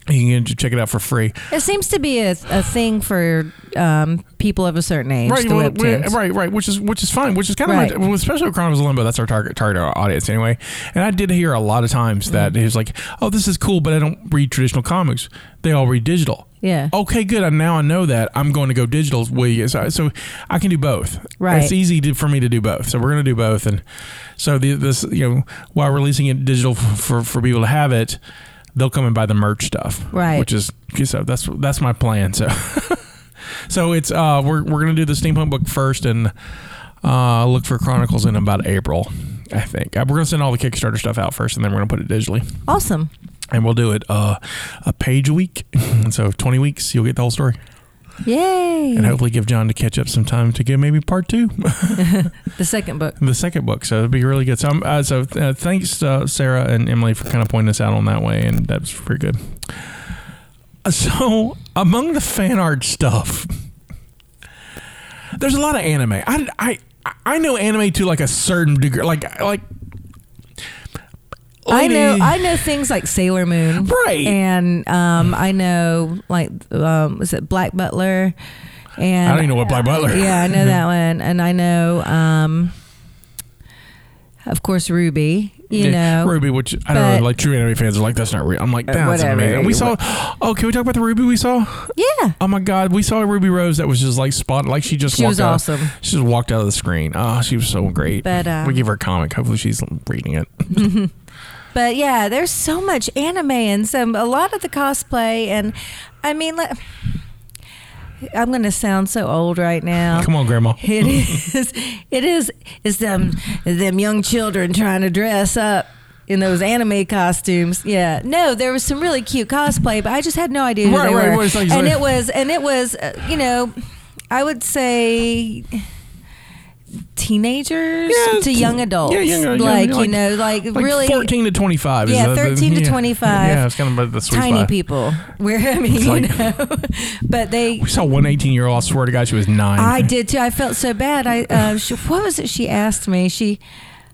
Speaker 2: you can check it out for free.
Speaker 3: It seems to be a, a thing for um, people of a certain age.
Speaker 2: right,
Speaker 3: the
Speaker 2: well,
Speaker 3: webtoons.
Speaker 2: we- right, right. Which is which is fine. Which is kind of
Speaker 3: Right.
Speaker 2: my, well, especially with Chronicles of Limbo. That's our target target audience anyway. And I did hear a lot of times that
Speaker 3: Mm-hmm.
Speaker 2: it was like, "Oh, this is cool," but I don't read traditional comics. They all read digital.
Speaker 3: Yeah.
Speaker 2: Okay, good. I now I know that I'm going to go digital. Will you? So, so I can do both.
Speaker 3: Right.
Speaker 2: It's easy to, for me to do both. So we're going to do both. And so the, this, you know, while releasing it digital for for people to have it, they'll come and buy the merch stuff.
Speaker 3: Right.
Speaker 2: Which is so that's that's my plan. So. So it's uh we're we're gonna do the steampunk book first and uh look for Chronicles in about April, I think. Uh, We're gonna send all the Kickstarter stuff out first and then we're gonna put it digitally.
Speaker 3: Awesome.
Speaker 2: And we'll do it uh a page a week. so twenty weeks you'll get the whole story.
Speaker 3: Yay.
Speaker 2: And hopefully give John to catch up some time to get maybe part two.
Speaker 3: the second book.
Speaker 2: the second book. So it'd be really good. So I'm, uh, so uh, thanks uh, Sarah and Emily for kind of pointing us out on that way, and that's pretty good. Uh, So among the fan art stuff, there's a lot of anime. I I I know anime to like a certain degree. Like like.
Speaker 3: I know
Speaker 2: Lady-
Speaker 3: I know things like Sailor Moon,
Speaker 2: Right.
Speaker 3: And um, I know like um, was it Black Butler? And
Speaker 2: I don't even know what Black Butler.
Speaker 3: yeah, I know that one, and I know um, of course Ruby. You know,
Speaker 2: Ruby, which I don't
Speaker 3: but-
Speaker 2: know, like true anime fans are like, that's not real. I'm like,
Speaker 3: Uh,
Speaker 2: that's
Speaker 3: whatever.
Speaker 2: amazing. We saw, oh, can we talk about the Ruby we saw?
Speaker 3: yeah,
Speaker 2: Oh my God, we saw Ruby Rose that was just like spot, like she just
Speaker 3: She
Speaker 2: walked
Speaker 3: was
Speaker 2: out-
Speaker 3: awesome.
Speaker 2: She just walked out of the screen. Oh, she was so great.
Speaker 3: But, um,
Speaker 2: we give her a comic. Hopefully, she's reading it.
Speaker 3: but yeah, there's so much anime and some a lot of the cosplay, and I mean, like, I'm gonna sound so old right now.
Speaker 2: Come on, Grandma.
Speaker 3: It is. It is. It's them. Them young children trying to dress up in those anime costumes. Yeah. No, there was some really cute cosplay, but I just had no idea who
Speaker 2: Right,
Speaker 3: they
Speaker 2: right,
Speaker 3: were.
Speaker 2: well, it's like-
Speaker 3: and it was. And it was. Uh, you know, I would say. Teenagers
Speaker 2: Yeah,
Speaker 3: to young adults,
Speaker 2: Yeah, young, young,
Speaker 3: like,
Speaker 2: young,
Speaker 3: you know, like,
Speaker 2: like
Speaker 3: really
Speaker 2: fourteen to twenty five.
Speaker 3: Yeah, 13 to 25.
Speaker 2: Yeah, it's kind of about the sweet
Speaker 3: tiny
Speaker 2: spot.
Speaker 3: people. Where I mean,
Speaker 2: It's
Speaker 3: you
Speaker 2: like-
Speaker 3: know, but they
Speaker 2: We saw one 18 year old. I swear to God, she was nine.
Speaker 3: I did too. I felt so bad. I uh, she, what was it? She asked me. She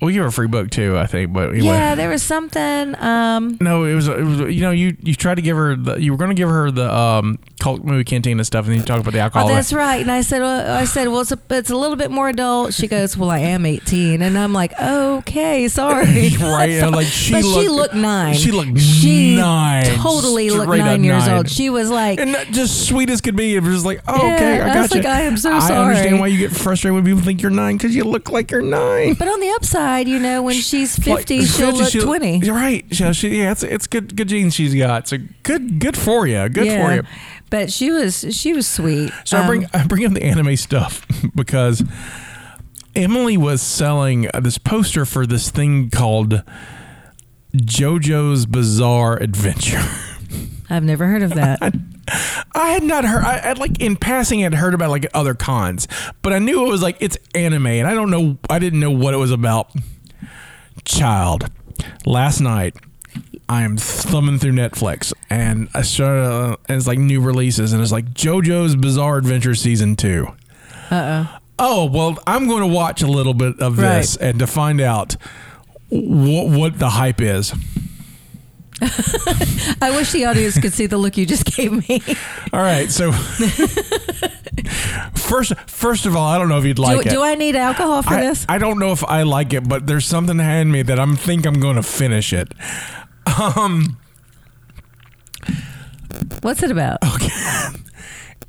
Speaker 2: we give her a free book too, I think. But anyway.
Speaker 3: yeah, there was something. Um,
Speaker 2: No, it was, it was you know you you tried to give her the, you were going to give her the um cult movie canteen and stuff and then you talk about the
Speaker 3: oh,
Speaker 2: alcohol.
Speaker 3: that's right. And I said, well, I said, well, it's a, it's a little bit more adult. She goes, well, I am eighteen, and I'm like, okay, sorry.
Speaker 2: right? and, like she
Speaker 3: but
Speaker 2: looked,
Speaker 3: she looked nine.
Speaker 2: She looked
Speaker 3: She
Speaker 2: nine.
Speaker 3: Totally looked
Speaker 2: straight up
Speaker 3: nine years
Speaker 2: nine.
Speaker 3: old. She was like,
Speaker 2: and not just sweet as could be. It was just like, oh,
Speaker 3: Yeah,
Speaker 2: okay, I
Speaker 3: I
Speaker 2: got
Speaker 3: was
Speaker 2: you.
Speaker 3: like, I am so
Speaker 2: I
Speaker 3: sorry.
Speaker 2: understand why you get frustrated when people think you're nine because you look like you're nine.
Speaker 3: but on the upside, you know, when she's
Speaker 2: Like,
Speaker 3: fifty, she'll
Speaker 2: 50,
Speaker 3: look twenty.
Speaker 2: You're right. Yeah, she, yeah it's, it's good good genes she's got. So good good for you. Good
Speaker 3: yeah.
Speaker 2: for you.
Speaker 3: But she was she was sweet.
Speaker 2: So I bring
Speaker 3: Um,
Speaker 2: I bring up the anime stuff because Emily was selling uh, this poster for this thing called JoJo's Bizarre Adventure.
Speaker 3: I've never heard of that.
Speaker 2: I had not heard. I, I like in passing had heard about like other cons, but I knew it was like it's anime, and I don't know. I didn't know what it was about. Child, last night I am thumbing through Netflix, and I started, uh, and it's like new releases, and it's like JoJo's Bizarre Adventure season two. Uh oh. Oh well, I'm going to watch a little bit of this and to find out what what the hype is.
Speaker 3: I wish the audience could see the look you just gave me.
Speaker 2: All right, so first, first of all, I don't know if you'd like
Speaker 3: do,
Speaker 2: it.
Speaker 3: do I need alcohol for this?
Speaker 2: I don't know if I like it, but there's something in me that I'm think I'm going to finish it. Um,
Speaker 3: What's it about?
Speaker 2: Oh,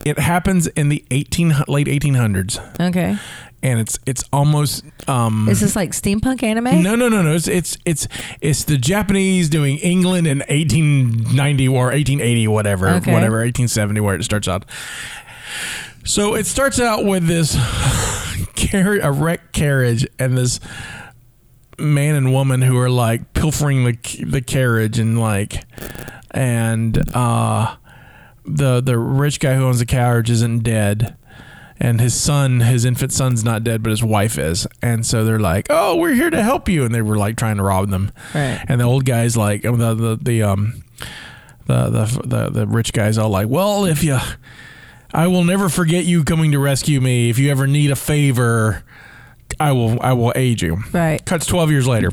Speaker 2: it happens in the 18 late 1800s,
Speaker 3: Okay.
Speaker 2: and it's it's almost um.
Speaker 3: Is this like steampunk anime?
Speaker 2: no, no, no, no. It's it's it's it's the Japanese doing England in 1890 or 1880, whatever,
Speaker 3: Okay.
Speaker 2: whatever, 1870, where it starts out. So it starts out with this carriage, a wrecked carriage, and this man and woman who are like pilfering the the carriage and like and uh the the rich guy who owns the carriage isn't dead and his son his infant son's not dead but his wife is and so they're like oh we're here to help you and they were like trying to rob them
Speaker 3: Right.
Speaker 2: and the old guy's like oh, the the, the um the, the the the rich guy's all like well if you I will never forget you coming to rescue me if you ever need a favor I will I will aid you
Speaker 3: Right.
Speaker 2: cuts 12 years later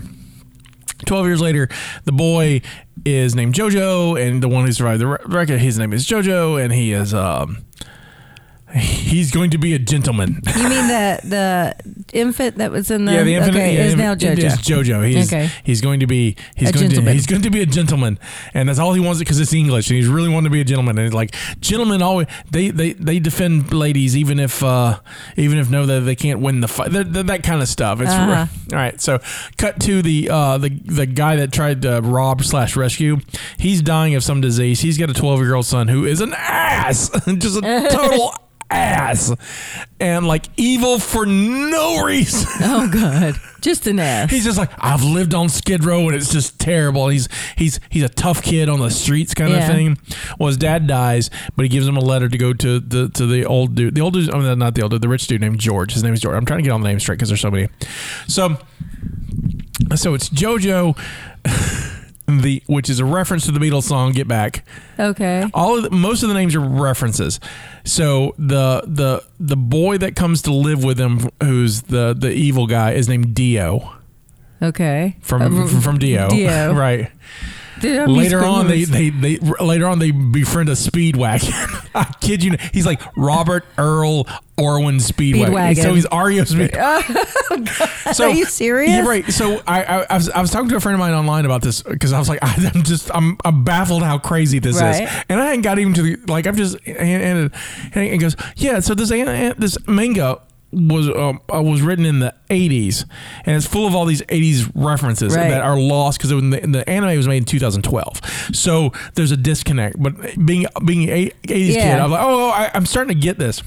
Speaker 2: 12 years later the boy is named jojo and the one who survived the wre- wreck his name is jojo and he is um he's going to be a gentleman
Speaker 3: You mean the the infant that was in the,
Speaker 2: yeah the infant
Speaker 3: okay
Speaker 2: yeah,
Speaker 3: is now
Speaker 2: it is
Speaker 3: JoJo.
Speaker 2: jojo he's
Speaker 3: Okay.
Speaker 2: he's going to be he's
Speaker 3: A
Speaker 2: going to
Speaker 3: gentleman.
Speaker 2: he's going to be a gentleman and that's all he wants because it's english and he's really wanting to be a gentleman and he's like gentlemen always they they they defend ladies even if uh even if no that they can't win the fight that, that, that kind of stuff it's
Speaker 3: Uh-huh.
Speaker 2: all right so cut to the uh the the guy that tried to rob slash rescue he's dying of some disease he's got a 12 year old son who is an ass just a total ass and like evil for no reason
Speaker 3: Oh god, just an ass.
Speaker 2: He's just like I've lived on Skid Row and it's just terrible. He's he's he's a tough kid on the streets kind
Speaker 3: Yeah.
Speaker 2: of thing. Well, his dad dies, but he gives him a letter to go to the to the old dude. The old dude, oh, no, not the old dude, the rich dude named George. His name is George. I'm trying to get all the names straight because there's so many. So so it's JoJo. The, which is a reference to the Beatles song "Get Back."
Speaker 3: Okay.
Speaker 2: All of the, most of the names are references. So the the the boy that comes to live with him, who's the the evil guy, is named Dio
Speaker 3: Okay.
Speaker 2: from
Speaker 3: Um,
Speaker 2: from, from Dio.
Speaker 3: Dio.
Speaker 2: right.
Speaker 3: Dude, I'm used
Speaker 2: Later
Speaker 3: to
Speaker 2: on, they,
Speaker 3: those.
Speaker 2: they they later on they befriend a speedwagon. I kid you. not. He's like Robert Earl Orwin Speedwagon.
Speaker 3: Speedwagon.
Speaker 2: So he's REO Speedwagon.
Speaker 3: Are you serious?
Speaker 2: Yeah, right. So I, I, I, was, I was talking to a friend of mine online about this because I was like, I'm just I'm, I'm baffled how crazy this
Speaker 3: Right.
Speaker 2: is, and I hadn't got even to the like I'm just and and, and it goes yeah. So this an- an- this manga was um, uh, was written in the 80s and it's full of all these 80s references
Speaker 3: Right.
Speaker 2: that are lost because the, the anime was made in 2012 so there's a disconnect but being being a 80s kid
Speaker 3: Yeah.
Speaker 2: i'm like oh I, i'm starting to get this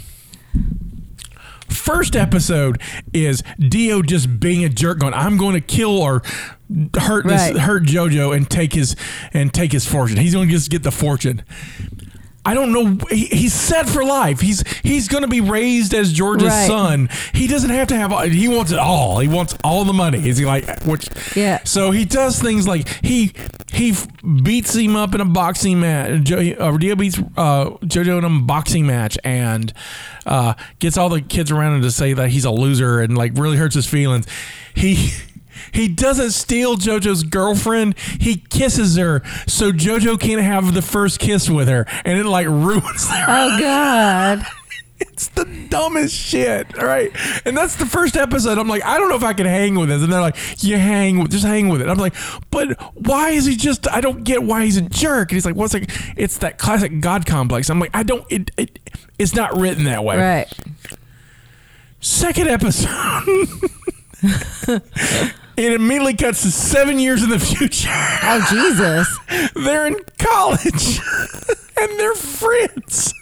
Speaker 2: first episode is Dio just being a jerk, going, "I'm going to kill or hurt
Speaker 3: Right.
Speaker 2: this, hurt JoJo and take his and take his fortune. He's going to just get the fortune." I don't know. He, he's set for life. He's he's going to be raised as George's
Speaker 3: Right.
Speaker 2: son. He doesn't have to have. He wants it all. He wants all the money. Is he like which?
Speaker 3: Yeah.
Speaker 2: So he does things like he he f- beats him up in a boxing match. Jo, uh, Dio beats uh, JoJo in a boxing match and uh, gets all the kids around him to say that he's a loser and like really hurts his feelings. He he doesn't steal JoJo's girlfriend. He kisses her so JoJo can't have the first kiss with her, and it like ruins their
Speaker 3: Oh god.
Speaker 2: it's the dumbest shit, all right? And that's the first episode. I'm like, I don't know if I can hang with this. And they're like, you hang with, just hang with it. I'm like, but why is he just? I don't get why he's a jerk. And he's like, what's like? It's that classic god complex. I'm like, I don't. It, it it's not written that way.
Speaker 3: Right.
Speaker 2: Second episode. It immediately cuts to seven years in the future.
Speaker 3: Oh Jesus.
Speaker 2: They're in college and they're friends.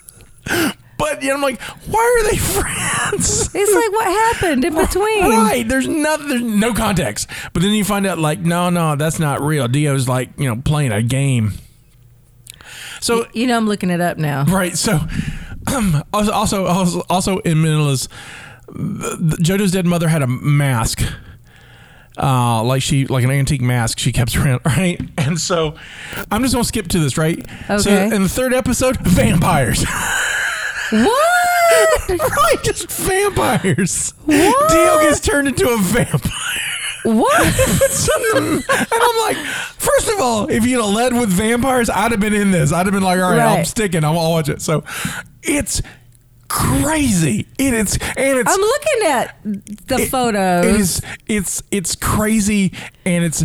Speaker 2: But yeah, I'm like, why are they friends?
Speaker 3: It's like what happened in between.
Speaker 2: Right. There's no, there's no context. But then you find out, like, no, no, that's not real. Dio's like, you know, playing a game. So,
Speaker 3: You know I'm looking it up now.
Speaker 2: right. So, um, also, also, also, also in Manila's, the, the, Jojo's dead mother had a mask. Uh, like she, like an antique mask she kept around, right? And so, I'm just gonna skip to this, right? So,
Speaker 3: Okay.
Speaker 2: in the third episode, vampires.
Speaker 3: What?
Speaker 2: right, just vampires. Dio gets turned into a vampire.
Speaker 3: What?
Speaker 2: It's something- and I'm like, first of all, if you'd have led with vampires, I'd have been in this. I'd have been like, all right, I'm
Speaker 3: Right.
Speaker 2: sticking. I'm gonna watch it. So it's crazy. It is, and it's
Speaker 3: I'm looking at the
Speaker 2: it-
Speaker 3: photos.
Speaker 2: It is it's it's crazy and it's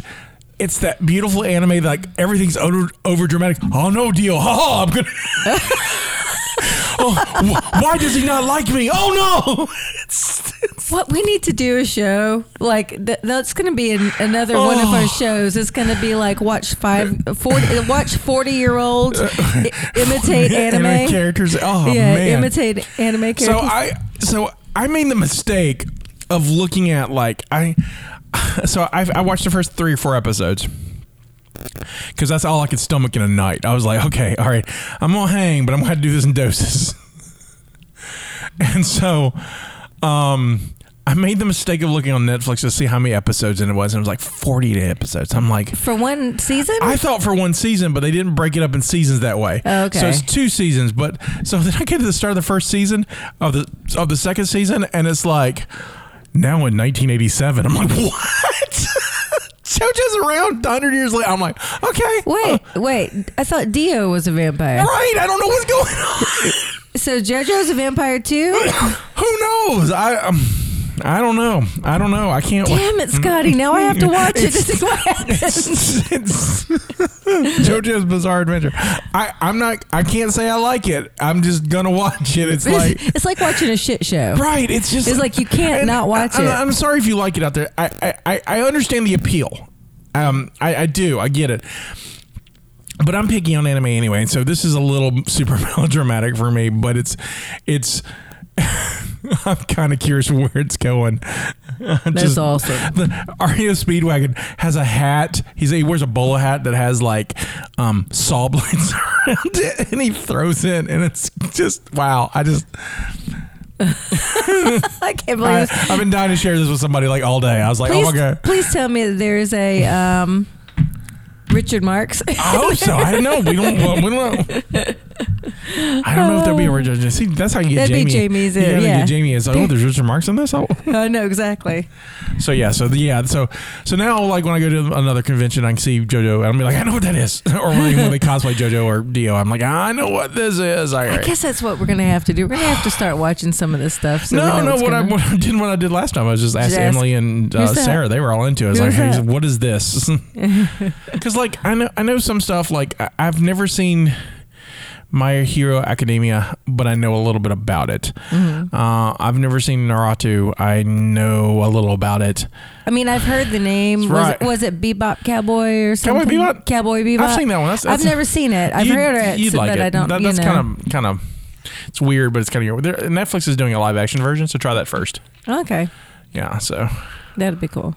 Speaker 2: it's that beautiful anime that, like everything's over, over dramatic. Oh no, deal. Ha ha, I'm gonna oh, wh- why does he not like me? Oh no! It's, it's-
Speaker 3: What we need to do a show like th- that's going to be an, another one of
Speaker 2: Oh.
Speaker 3: our shows. It's going to be like watch five, 40, watch forty year olds I- imitate anime.
Speaker 2: characters. Oh
Speaker 3: yeah,
Speaker 2: man,
Speaker 3: imitate anime characters.
Speaker 2: So I so I made the mistake of looking at like I so I, I watched the first three or four episodes because that's all I could stomach in a night. I was like, okay, all right, I'm gonna hang, but I'm gonna have to do this in doses. and so, um. I made the mistake of looking on Netflix to see how many episodes and it was, and it was like 48 episodes. I'm like,
Speaker 3: for one season.
Speaker 2: I thought for one season, but they didn't break it up in seasons that way.
Speaker 3: Oh, okay.
Speaker 2: So it's two seasons, but so then I get to the start of the first season of the of the second season, and it's like now in 1987. I'm like, what? JoJo's around 100 years later. I'm like, okay, Uh,
Speaker 3: wait, wait. I thought Dio was a vampire.
Speaker 2: right? I don't know what's going on.
Speaker 3: So JoJo's a vampire too.
Speaker 2: Who knows? I um, I don't know. I don't know. I can't.
Speaker 3: Damn it, Scotty! Now I have to watch it to see what happens.
Speaker 2: it's, it's JoJo's Bizarre Adventure. I, I'm not. I can't say I like it. I'm just gonna watch it. It's like
Speaker 3: It's, like watching a shit show.
Speaker 2: right. It's just.
Speaker 3: It's like you can't
Speaker 2: and
Speaker 3: not watch
Speaker 2: I,
Speaker 3: it.
Speaker 2: I'm sorry if you like it out there. I I, I, I understand the appeal. Um, I, I do. I get it. But I'm picky on anime anyway, and so this is a little super melodramatic for me. But it's it's. I'm kind of curious where it's going.
Speaker 3: That's
Speaker 2: Just-
Speaker 3: awesome.
Speaker 2: the REO Speedwagon has a hat. He's he wears a bowler hat that has like um, saw blades around it, and he throws it, and it's just wow. I just
Speaker 3: I can't believe.
Speaker 2: I,
Speaker 3: this.
Speaker 2: I've been dying to share this with somebody like all day. I was like,
Speaker 3: Please,
Speaker 2: oh my god.
Speaker 3: please tell me that there is a um, Richard Marks.
Speaker 2: I hope so. I don't know. We don't. Well, we don't. I don't know if there'll be a Richard. See, that's how you get
Speaker 3: Oh. That'd
Speaker 2: Jamie.
Speaker 3: be Jamie's,
Speaker 2: You
Speaker 3: uh,
Speaker 2: gotta
Speaker 3: yeah.
Speaker 2: get Jamie is. Oh, there's Richard Marks in this. Oh.
Speaker 3: I know exactly.
Speaker 2: So yeah. So the, yeah. So so now like when I go to another convention, I can see JoJo, and I'm like, I know what that is. or when, when they cosplay JoJo or Dio, I'm like, I know what this is. All
Speaker 3: I
Speaker 2: right.
Speaker 3: guess that's what we're gonna have to do. We're gonna have to start watching some of this stuff. So we
Speaker 2: No,
Speaker 3: know
Speaker 2: no.
Speaker 3: what's
Speaker 2: What I,
Speaker 3: gonna-
Speaker 2: what I did, what I did last time, I was just asked
Speaker 3: Just ask,
Speaker 2: Emily and uh,
Speaker 3: "Who's that?"
Speaker 2: Sarah. They were all into it. I was like,
Speaker 3: Who's
Speaker 2: hey,
Speaker 3: that?"
Speaker 2: "What is this?" Because like I know, I know some stuff. Like I, I've never seen My Hero Academia, but I know a little bit about it.
Speaker 3: Mm-hmm.
Speaker 2: Uh, I've never seen Naruto. I know a little about it.
Speaker 3: I mean, I've heard the name. Was,
Speaker 2: right.
Speaker 3: it, was it Bebop Cowboy or something?
Speaker 2: Bebop?
Speaker 3: Cowboy Bebop.
Speaker 2: I've seen that one. That's- that's-
Speaker 3: I've never seen it. I've
Speaker 2: You'd-
Speaker 3: heard it,
Speaker 2: you'd
Speaker 3: so, but I don't.
Speaker 2: That-
Speaker 3: you
Speaker 2: that's
Speaker 3: know.
Speaker 2: kind of kind of. It's weird, but it's kind of. Netflix is doing a live action version, so try that first.
Speaker 3: okay.
Speaker 2: Yeah, so
Speaker 3: That'd be cool.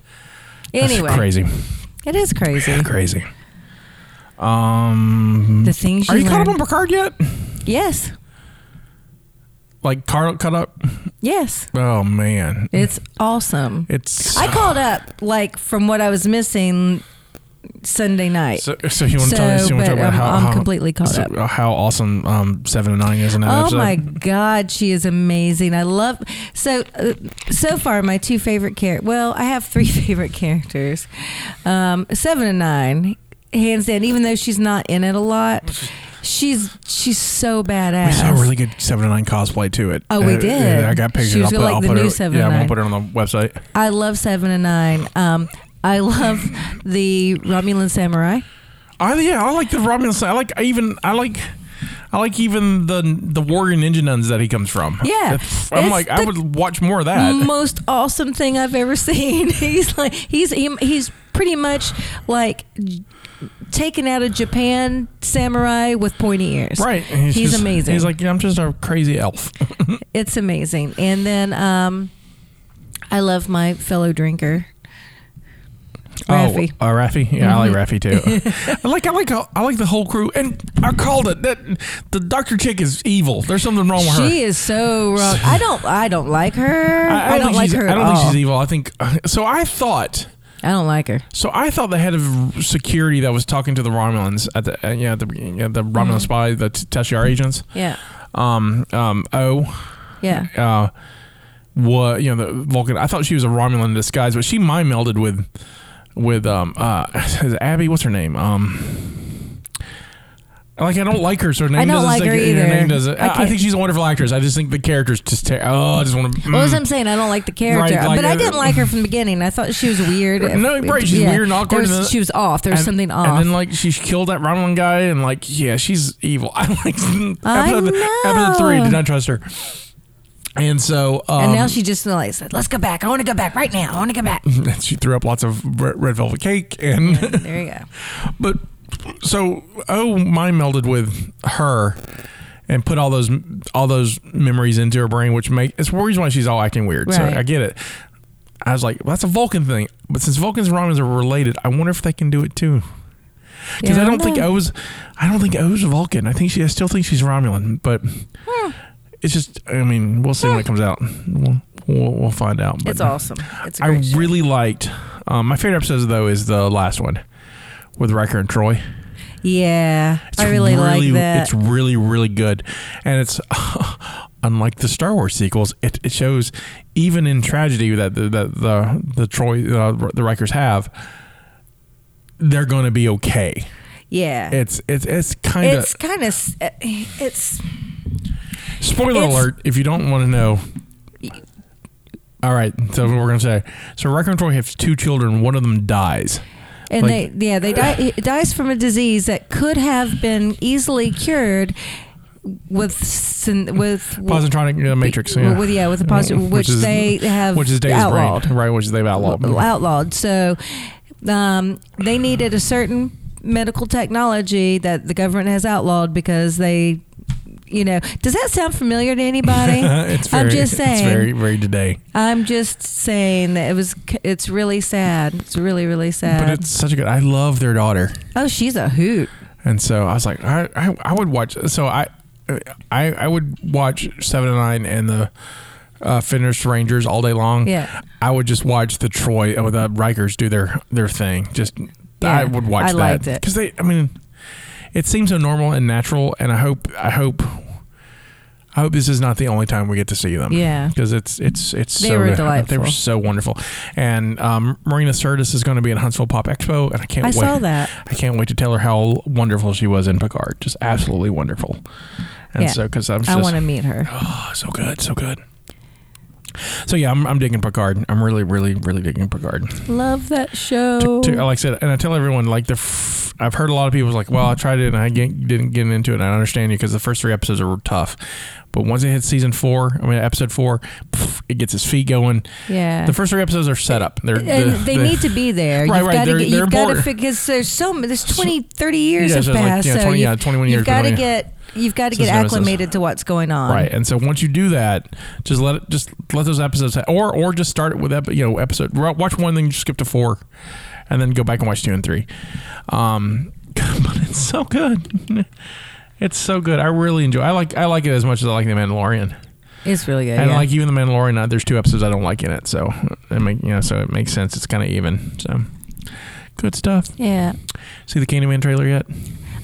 Speaker 2: that's
Speaker 3: Anyway,
Speaker 2: crazy,
Speaker 3: it is crazy.
Speaker 2: crazy. Um,
Speaker 3: The things you
Speaker 2: are you caught up on
Speaker 3: learn.
Speaker 2: Picard yet?
Speaker 3: Yes,
Speaker 2: Like car caught up?
Speaker 3: yes,
Speaker 2: Oh man,
Speaker 3: it's awesome.
Speaker 2: it's.
Speaker 3: I called up like from what I was missing Sunday night.
Speaker 2: So, so you want to talk,
Speaker 3: So,
Speaker 2: so you wanna talk
Speaker 3: but
Speaker 2: about
Speaker 3: I'm-
Speaker 2: how
Speaker 3: I'm
Speaker 2: how-
Speaker 3: completely caught
Speaker 2: so
Speaker 3: up.
Speaker 2: How awesome um, seven and nine is in that
Speaker 3: Oh
Speaker 2: episode.
Speaker 3: my God, she is amazing. I love so uh, so far my two favorite characters. Well, I have three favorite characters, um, seven and nine, hands down. Even though she's not in it a lot, she's she's so
Speaker 2: We saw
Speaker 3: badass.
Speaker 2: a really good seven and nine cosplay to it.
Speaker 3: Oh, we
Speaker 2: Uh,
Speaker 3: did.
Speaker 2: I got pictures.
Speaker 3: She was
Speaker 2: I'll put,
Speaker 3: like
Speaker 2: I'll
Speaker 3: the
Speaker 2: put
Speaker 3: new
Speaker 2: it,
Speaker 3: Seven
Speaker 2: Yeah,
Speaker 3: and
Speaker 2: I'm gonna
Speaker 3: Nine.
Speaker 2: put it on the website.
Speaker 3: I love seven and nine. Um, I love the Romulan samurai.
Speaker 2: I yeah, I like the Robin. I like I even I like I like even the the warrior ninja nuns that he comes from.
Speaker 3: Yeah.
Speaker 2: It's- I'm
Speaker 3: It's
Speaker 2: like I
Speaker 3: the-
Speaker 2: would watch more of that.
Speaker 3: most awesome thing I've ever seen. he's like he's he, he's pretty much like j- taken out of Japan samurai with pointy ears.
Speaker 2: Right, and
Speaker 3: He's,
Speaker 2: just-
Speaker 3: amazing.
Speaker 2: He's like, I'm just a crazy elf.
Speaker 3: it's amazing. And then um, I love my fellow drinker. Raffi.
Speaker 2: Oh, uh, Raffy. Yeah, I like
Speaker 3: Mm-hmm.
Speaker 2: Raffy too. I like I like uh, I like the whole crew, and I called it that the Doctor Chick is evil. There's something wrong with Oh, her.
Speaker 3: She is so wrong. I don't. I don't like her. I,
Speaker 2: think
Speaker 3: don't like
Speaker 2: she's-
Speaker 3: her.
Speaker 2: I
Speaker 3: At
Speaker 2: don't
Speaker 3: all.
Speaker 2: think she's evil. I think uh, so. I thought.
Speaker 3: I don't like her.
Speaker 2: So I thought the head of security that was talking to the Romulans at the uh, yeah at the beginning, uh, the
Speaker 3: Mm-hmm.
Speaker 2: Romulan spy the T- Tashiar agents
Speaker 3: Yeah.
Speaker 2: um um oh
Speaker 3: Yeah.
Speaker 2: uh, was you know the Vulcan. I thought she was a Romulan in disguise, but she mind melded with with um uh is it Abby. What's her name? Um. Like I don't like her, so her name
Speaker 3: don't
Speaker 2: doesn't
Speaker 3: like
Speaker 2: stick-
Speaker 3: her
Speaker 2: Her
Speaker 3: either.
Speaker 2: name doesn't.
Speaker 3: I
Speaker 2: I, I
Speaker 3: can't-
Speaker 2: think she's a wonderful actress. I just think the character's just. Ter- oh, I just want to.
Speaker 3: Well, as I'm saying, I don't like the character,
Speaker 2: Right, like,
Speaker 3: but I
Speaker 2: uh,
Speaker 3: didn't like her from the beginning. I thought she was weird.
Speaker 2: No, right, she's weird and awkward
Speaker 3: There
Speaker 2: and
Speaker 3: was-
Speaker 2: the-
Speaker 3: she was off. There was
Speaker 2: and-
Speaker 3: something off.
Speaker 2: And then like she killed that Romulan guy, and like yeah, she's evil. I like
Speaker 3: I
Speaker 2: episode, episode three.
Speaker 3: know.
Speaker 2: Did not trust her. And so um,
Speaker 3: And now she just like said, "Let's go back. I want to go back right now. I want to go back."
Speaker 2: she threw up lots of red red velvet cake, and
Speaker 3: there you go.
Speaker 2: but so oh, mind melded with her. And put all those all those memories into her brain, which make it's the reason why she's all acting weird.
Speaker 3: Right.
Speaker 2: So I get it. I was like, well, that's a Vulcan thing, but since Vulcans and Romulans are related, I wonder if they can do it too. Because
Speaker 3: Yeah,
Speaker 2: I don't think
Speaker 3: know.
Speaker 2: O's, I don't think O's Vulcan. I think she, I still think she's Romulan, but
Speaker 3: Hmm.
Speaker 2: it's just, I mean, we'll see when it comes out. We'll, we'll, we'll find out. But
Speaker 3: It's awesome. It's a
Speaker 2: I
Speaker 3: great show.
Speaker 2: really liked. Um, my favorite episode though is the last one with Riker and Troy.
Speaker 3: yeah.
Speaker 2: It's
Speaker 3: I really, like that.
Speaker 2: It's really, really good, and it's unlike the Star Wars sequels. It, it shows even in tragedy that the that the the Troy uh, the Rikers have, they're going to be okay.
Speaker 3: yeah.
Speaker 2: It's it's it's kind of
Speaker 3: it's kind of it's
Speaker 2: Spoiler
Speaker 3: It's-
Speaker 2: alert! If you don't want to know, all right. So we're gonna say so. Riker and Troy have two children. One of them dies.
Speaker 3: and
Speaker 2: Like-
Speaker 3: they yeah they die it dies from a disease that could have been easily cured with syn- with
Speaker 2: Positronic uh, matrix.
Speaker 3: Be-
Speaker 2: Yeah. Mm-hmm.
Speaker 3: with- yeah, with the posi- which they have
Speaker 2: which is Dave's brain,
Speaker 3: outlawed.
Speaker 2: right? Which they've outlawed.
Speaker 3: outlawed. So um, they needed a certain medical technology that the government has outlawed because they. You know, does that sound familiar to anybody?
Speaker 2: it's very,
Speaker 3: I'm just saying.
Speaker 2: It's very very today,
Speaker 3: I'm just saying that it was. c- It's really sad. It's really, really sad.
Speaker 2: but it's such a good. I love their daughter,
Speaker 3: oh, she's a hoot.
Speaker 2: and so I was like, I I, I would watch. So I. I, I would watch Seven and Nine and the uh, Finished Rangers all day long.
Speaker 3: Yeah.
Speaker 2: I would just watch the Troy or the Rikers do their their thing. Just I
Speaker 3: Yeah,
Speaker 2: would watch
Speaker 3: I
Speaker 2: that
Speaker 3: liked it.
Speaker 2: because they. I mean, it seems so normal and natural, and I hope I hope I hope this is not the only time we get to see them.
Speaker 3: Yeah.
Speaker 2: because it's it's it's
Speaker 3: They
Speaker 2: so
Speaker 3: were
Speaker 2: good. They
Speaker 3: delightful.
Speaker 2: were so wonderful, and um, Marina Sirtis is going to be in Huntsville Pop Expo, and I can't
Speaker 3: I
Speaker 2: wait.
Speaker 3: saw that.
Speaker 2: I can't wait to tell her how wonderful she was in Picard. Just absolutely wonderful. And
Speaker 3: Yeah.
Speaker 2: so, because I'm just,
Speaker 3: I want to meet her.
Speaker 2: Oh, so good, so good. So yeah, I'm, I'm digging Picard. I'm really, really, really digging Picard.
Speaker 3: Love that show.
Speaker 2: To- to- like I said, and I tell everyone like the. F- I've heard a lot of people was like, well, I tried it and I get, didn't get into it. And I understand you because the first three episodes are tough, but once it hits season four, I mean episode four, pff, it gets its feet going.
Speaker 3: Yeah.
Speaker 2: The first three episodes are set up. They're
Speaker 3: and
Speaker 2: the-
Speaker 3: they
Speaker 2: the-
Speaker 3: need to be there.
Speaker 2: Right,
Speaker 3: you've
Speaker 2: right,
Speaker 3: Got
Speaker 2: they're-
Speaker 3: to get,
Speaker 2: they're
Speaker 3: you've got to
Speaker 2: important.
Speaker 3: because there's so m- there's 20, 30 years
Speaker 2: Yeah,
Speaker 3: have
Speaker 2: so it's like,
Speaker 3: passed.
Speaker 2: yeah,
Speaker 3: so
Speaker 2: 20 yeah,
Speaker 3: you've-
Speaker 2: 21 years
Speaker 3: You've got to
Speaker 2: between-
Speaker 3: get you've got to get
Speaker 2: Since Nemesis.
Speaker 3: acclimated to what's going on.
Speaker 2: Right, and so once you do that, just let it, just let those episodes, ha- or or just start it with epi- you know episode. ro- Watch one, then you skip to four, and then go back and watch two and three. Um, but it's so good, it's so good. I really enjoy. I like I like it as much as I like the Mandalorian,
Speaker 3: It's really good.
Speaker 2: and
Speaker 3: yeah.
Speaker 2: like even the Mandalorian, uh, there's two episodes I don't like in it, so it make you know so it makes sense. It's kind of even. So good stuff.
Speaker 3: yeah,
Speaker 2: See the Candyman trailer yet?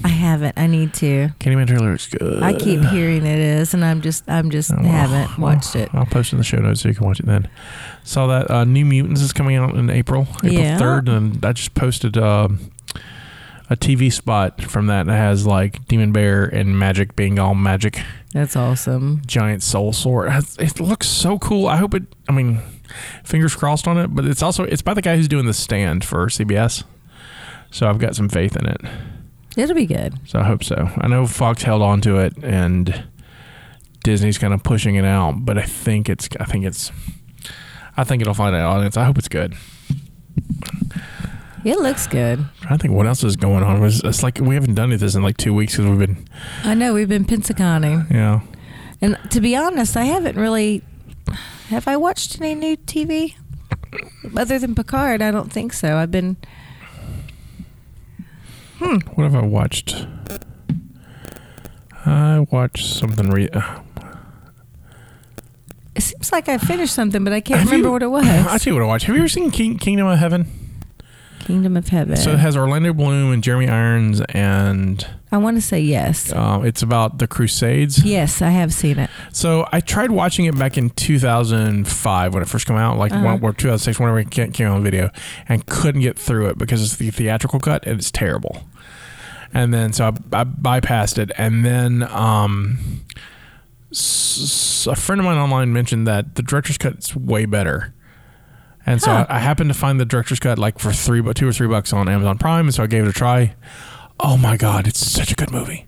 Speaker 3: I haven't. I need to.
Speaker 2: Candyman trailer is good.
Speaker 3: I keep hearing it is, and I'm just I'm just
Speaker 2: Oh, well,
Speaker 3: haven't
Speaker 2: well,
Speaker 3: watched it.
Speaker 2: I'll post it in the show notes so you can watch it then. Saw that uh, New Mutants is coming out in April, April
Speaker 3: Yeah.
Speaker 2: third, and I just posted um a TV spot from that that has like Demon Bear and Magic being all magic,
Speaker 3: That's awesome.
Speaker 2: giant soul sword. It- It looks so cool. I hope it. I mean, fingers crossed on it. But it's also it's by the guy who's doing the stand for CBS, so I've got some faith in it.
Speaker 3: It'll be good.
Speaker 2: So I hope so. I know Fox held on to it and Disney's kind of pushing it out, but I think it's I think it's I think it'll find an audience. I hope it's good.
Speaker 3: It looks good.
Speaker 2: I think what else is going on was it's like we haven't done this in like two weeks because we've been
Speaker 3: I know we've been Pensaconing,
Speaker 2: you know
Speaker 3: and to be honest, I haven't really. Have I watched any new TV other than Picard? I don't think so. I've been
Speaker 2: what have I watched? I watched something. Re- uh,
Speaker 3: It seems like I finished something, but I can't
Speaker 2: Have
Speaker 3: remember
Speaker 2: you-
Speaker 3: what it
Speaker 2: I
Speaker 3: was.
Speaker 2: tell you what I watched. Have you ever seen King, Kingdom of Heaven?
Speaker 3: Kingdom of Heaven.
Speaker 2: So it has Orlando Bloom and Jeremy Irons and
Speaker 3: I want to say yes.
Speaker 2: Uh, it's about the Crusades.
Speaker 3: Yes, I have seen it.
Speaker 2: So I tried watching it back in 2005 when it first came out, like
Speaker 3: Uh-huh.
Speaker 2: one, or 2006, whenever it ca- came out on video, and couldn't get through it because it's the theatrical cut and it's terrible. And then so I, I bypassed it, and then um, s- a friend of mine online mentioned that the director's cut's way better. And so
Speaker 3: Huh.
Speaker 2: I, I happened to find the director's cut like for three, bu- two or three bucks on Amazon Prime, and so I gave it a try. Oh my god, it's such a good movie!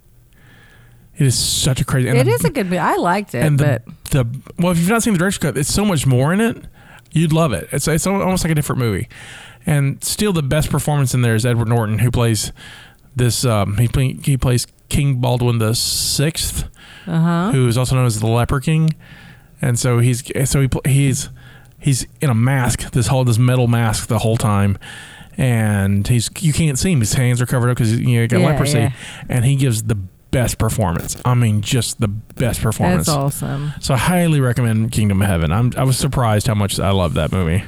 Speaker 2: It is such a crazy. and
Speaker 3: It
Speaker 2: the-
Speaker 3: is a good movie. I liked it,
Speaker 2: and the,
Speaker 3: but
Speaker 2: the well, if you've not seen the director's cut, it's so much more in it. You'd love it. It's it's al- almost like a different movie. And still, the best performance in there is Edward Norton, who plays this. Um, he play, he plays King Baldwin the Sixth,
Speaker 3: uh huh.
Speaker 2: who is also known as the Leper King. And so he's so he pl- he's he's in a mask this whole this metal mask the whole time. And he's you can't see him. His hands are covered up because you know he got
Speaker 3: Yeah,
Speaker 2: leprosy.
Speaker 3: yeah.
Speaker 2: And he gives the best performance. I mean, just the best performance.
Speaker 3: That's awesome.
Speaker 2: So I highly recommend Kingdom of Heaven. I'm, I was surprised how much I love that movie.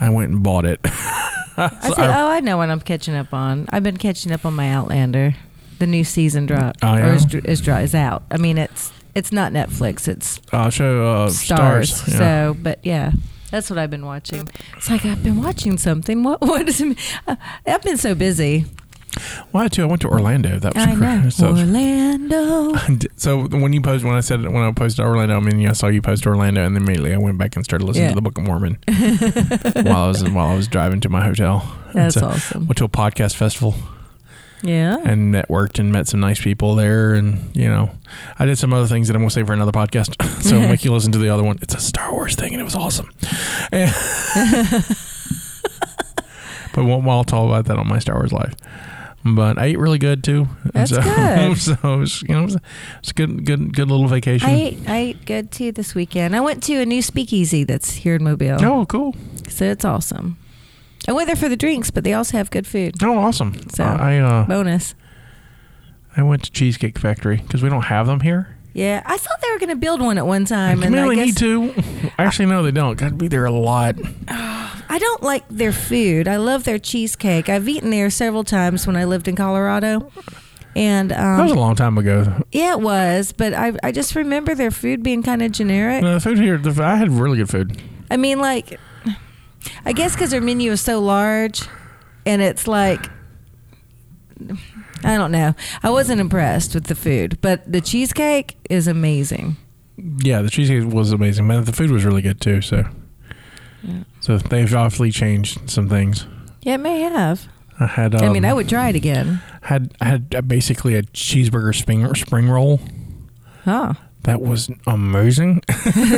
Speaker 2: I went and bought it.
Speaker 3: I said, oh, I know what I'm catching up on. I've been catching up on my Outlander. The new season drop
Speaker 2: Oh, yeah?
Speaker 3: or is, is, dro- is out. I mean, it's it's not Netflix. It's
Speaker 2: Uh, show uh,
Speaker 3: stars.
Speaker 2: stars. Yeah.
Speaker 3: So, but yeah, that's what I've been watching. It's like I've been watching something. What? What is? It, uh, I've been so busy.
Speaker 2: Why too? I went to Orlando. That was
Speaker 3: I know.
Speaker 2: great. So,
Speaker 3: Orlando.
Speaker 2: so when you posted, when I said when I posted Orlando, I mean I saw you post Orlando, and then immediately I went back and started listening
Speaker 3: Yeah.
Speaker 2: to the Book of Mormon while I was while I was driving to my hotel. And
Speaker 3: That's
Speaker 2: so
Speaker 3: awesome.
Speaker 2: Went to a podcast festival
Speaker 3: Yeah.
Speaker 2: and networked and met some nice people there, and you know, I did some other things that I'm going to say for another podcast. so make you listen to the other one. It's a Star Wars thing, and it was awesome. And- but won't I'll talk about that on my Star Wars live. But I ate really good too. And
Speaker 3: That's good.
Speaker 2: so it was, you know, it was, it's a good, good, good little vacation.
Speaker 3: I ate, I ate good too this weekend. I went to a new speakeasy that's here in Mobile.
Speaker 2: oh, cool.
Speaker 3: So it's awesome. I went there for the drinks, but they also have good food.
Speaker 2: Oh, awesome.
Speaker 3: So-
Speaker 2: I uh,
Speaker 3: Bonus.
Speaker 2: I went to Cheesecake Factory because we don't have them here.
Speaker 3: Yeah. I thought they were going to build one at one time.
Speaker 2: we
Speaker 3: and
Speaker 2: really
Speaker 3: I,
Speaker 2: need
Speaker 3: guess,
Speaker 2: to. Actually, no, they don't. Got to be there a lot.
Speaker 3: I don't like their food. I love their cheesecake. I've eaten there several times when I lived in Colorado. And
Speaker 2: That was a
Speaker 3: um,
Speaker 2: long time ago.
Speaker 3: yeah, it was, but I, I just remember their food being kind of generic.
Speaker 2: No, the Uh, food here, the, I had really good food.
Speaker 3: I mean, like, I guess because their menu is so large, and it's like, I don't know. I wasn't impressed with the food, but the cheesecake is amazing.
Speaker 2: Yeah, the cheesecake was amazing, but the food was really good too. So, so they've obviously changed some things.
Speaker 3: Yeah, it may have.
Speaker 2: I had, um,
Speaker 3: I mean, I would try it again.
Speaker 2: had I had uh, basically a cheeseburger spring spring roll
Speaker 3: Oh,
Speaker 2: that was amazing.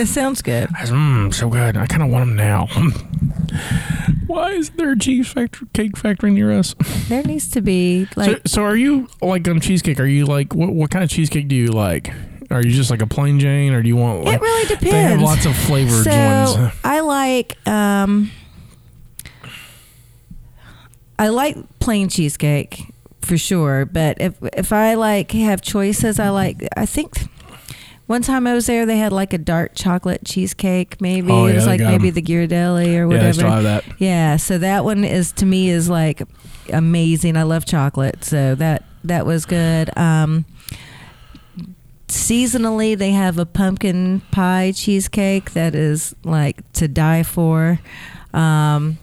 Speaker 3: sounds good.
Speaker 2: It's, mm, so good. I kind of want them now. Why is there a cheese factory, cake factory near us?
Speaker 3: There needs to be like,
Speaker 2: so, so are you like on cheesecake? Are you like what? What kind of cheesecake do you like? Are you just like a plain Jane, or do you want? Like,
Speaker 3: it really depends.
Speaker 2: They have lots of flavored
Speaker 3: so
Speaker 2: ones.
Speaker 3: I like um, I like plain cheesecake for sure, but if if I like have choices, I like I think. One time I was there, they had like a dark chocolate cheesecake. Maybe
Speaker 2: Oh,
Speaker 3: it
Speaker 2: yeah,
Speaker 3: was
Speaker 2: they
Speaker 3: like
Speaker 2: got 'em.
Speaker 3: maybe the Ghirardelli or
Speaker 2: Yeah, they
Speaker 3: whatever.
Speaker 2: still have that.
Speaker 3: Yeah, so that one is to me is like amazing. I love chocolate, so that that was good. Um, seasonally, they have a pumpkin pie cheesecake that is like to die for. Um,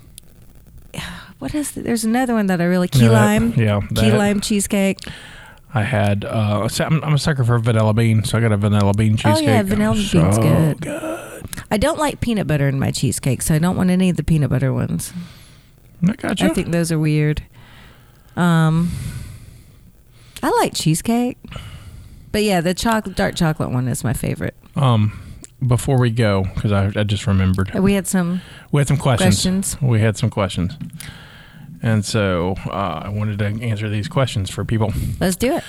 Speaker 3: what is it? there's another one that I really key
Speaker 2: Yeah, that-
Speaker 3: lime
Speaker 2: yeah,
Speaker 3: key
Speaker 2: that.
Speaker 3: lime cheesecake.
Speaker 2: I had. Uh, so I'm, I'm a sucker for vanilla bean, so I got a vanilla bean
Speaker 3: Oh, yeah,
Speaker 2: cheesecake.
Speaker 3: vanilla
Speaker 2: bean's
Speaker 3: bean's good. I don't like peanut butter in my cheesecake, so I don't want any of the peanut butter ones.
Speaker 2: I got you.
Speaker 3: I think those are weird. Um, I like cheesecake, but yeah, the chocolate, dark chocolate one is my favorite.
Speaker 2: um, before we go, because I, I just remembered,
Speaker 3: We had some
Speaker 2: we had some questions.
Speaker 3: questions.
Speaker 2: We had some questions, and so uh, I wanted to answer these questions for people.
Speaker 3: Let's do it.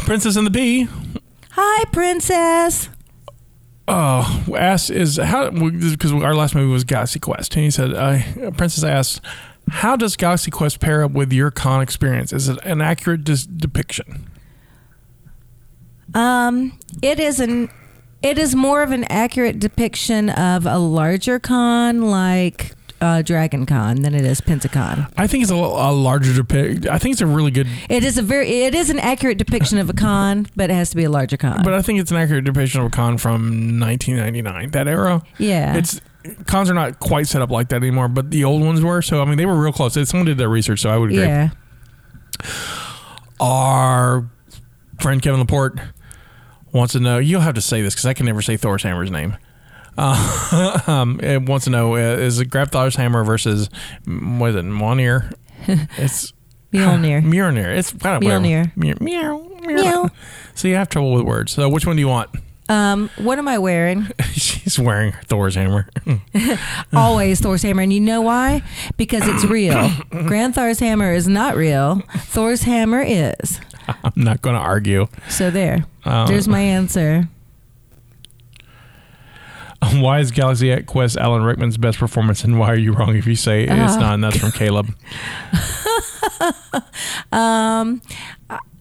Speaker 2: Princess and the Bee
Speaker 3: Hi, princess.
Speaker 2: uh, asked is how because our last movie was Galaxy Quest, and he said, uh, "Princess asked, how does Galaxy Quest pair up with your con experience? Is it an accurate dis- depiction?"
Speaker 3: Um, it is an it is more of an accurate depiction of a larger con like uh, Dragon Con than it is Pensacon.
Speaker 2: I think it's a, a larger depict. I think it's a really good,
Speaker 3: It is a very it is an accurate depiction of a con, but it has to be a larger con.
Speaker 2: but I think it's an accurate depiction of a con from 1999, that era.
Speaker 3: yeah,
Speaker 2: It's cons are not quite set up like that anymore, but the old ones were. So I mean, they were real close. Someone did their research, so I would agree.
Speaker 3: yeah.
Speaker 2: Our friend Kevin Laporte wants to know. You'll have to say this because I can never say Thor's hammer's name. Uh, um, it wants to know uh, is it Grab Thor's hammer versus mm, what is it Mjolnir? It's
Speaker 3: Mjolnir.
Speaker 2: Mjolnir. It's I don't whatever.
Speaker 3: Mjolnir.
Speaker 2: Meow, meow, meow.
Speaker 3: Meow.
Speaker 2: So you have trouble with words. So which one do you want?
Speaker 3: Um, what am I wearing?
Speaker 2: She's wearing Thor's hammer.
Speaker 3: Always Thor's hammer, and you know why? Because it's real. Grand Thor's hammer is not real. Thor's hammer is.
Speaker 2: I'm not going to argue.
Speaker 3: So there.
Speaker 2: Oh.
Speaker 3: There's my answer.
Speaker 2: Um, Why is Galaxy Quest Alan Rickman's best performance, and why are you wrong if you say it's
Speaker 3: Uh-huh.
Speaker 2: not? And that's from Caleb.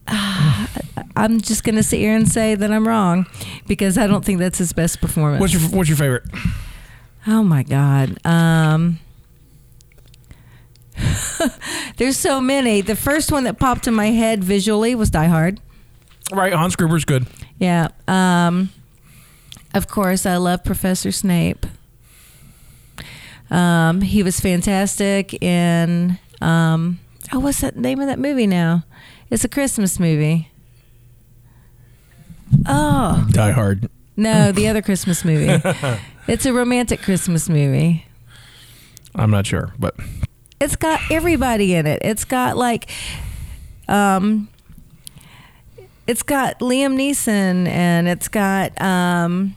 Speaker 3: I'm just gonna sit here and say that I'm wrong because I don't think that's his best performance.
Speaker 2: What's your What's your favorite?
Speaker 3: Oh my God. Um, there's so many. The first one that popped in my head visually was Die Hard.
Speaker 2: Right, Hans Gruber's good.
Speaker 3: Yeah. Um, of course, I love Professor Snape. Um, he was fantastic in. Um, oh, what's that name of that movie now? It's a Christmas movie. Oh.
Speaker 2: Die Hard.
Speaker 3: No, the other Christmas movie. It's a romantic Christmas movie.
Speaker 2: I'm not sure, but
Speaker 3: It's got everybody in it. It's got like, um, it's got Liam Neeson and it's got um,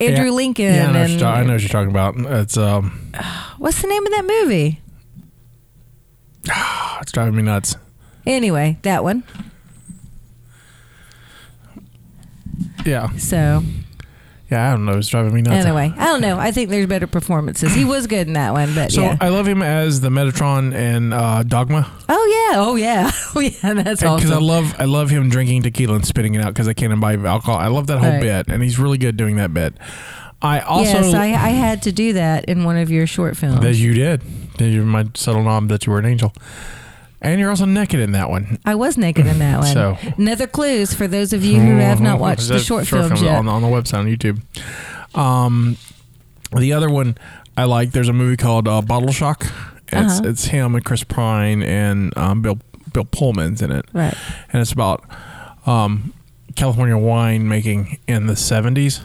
Speaker 3: Andrew
Speaker 2: Yeah.
Speaker 3: Lincoln
Speaker 2: Yeah, I know, what you're
Speaker 3: and
Speaker 2: ta- I know what you're talking about. It's um,
Speaker 3: what's the name of that movie?
Speaker 2: ah, it's driving me nuts.
Speaker 3: Anyway, that one.
Speaker 2: Yeah,
Speaker 3: So
Speaker 2: yeah, I don't know. It's driving me nuts.
Speaker 3: anyway, I don't know. I think there's better performances. He was good in that one, but
Speaker 2: So uh,
Speaker 3: yeah.
Speaker 2: I love him as the Metatron and uh, Dogma
Speaker 3: oh yeah, oh yeah, oh yeah. That's
Speaker 2: because
Speaker 3: awesome.
Speaker 2: I love I love him drinking tequila and spitting it out because I can't imbibe alcohol. I love that whole
Speaker 3: Right.
Speaker 2: bit, and he's really good doing that bit. I also
Speaker 3: yes, I, I had to do that in one of your short films.
Speaker 2: That you did. That you my subtle nom that you were an angel. And you're also naked in that one.
Speaker 3: I was naked in that one.
Speaker 2: So- Mm-hmm.
Speaker 3: Another clues for those of you who have not watched the
Speaker 2: That Oh,
Speaker 3: short, films yet.
Speaker 2: on, on the website on YouTube. Um, the other one I like. There's a movie called uh, Bottle Shock. It's
Speaker 3: Uh-huh.
Speaker 2: it's him and Chris Pine and um, Bill Bill Pullman's in it,
Speaker 3: Right.
Speaker 2: and it's about um, California wine making in the 70s.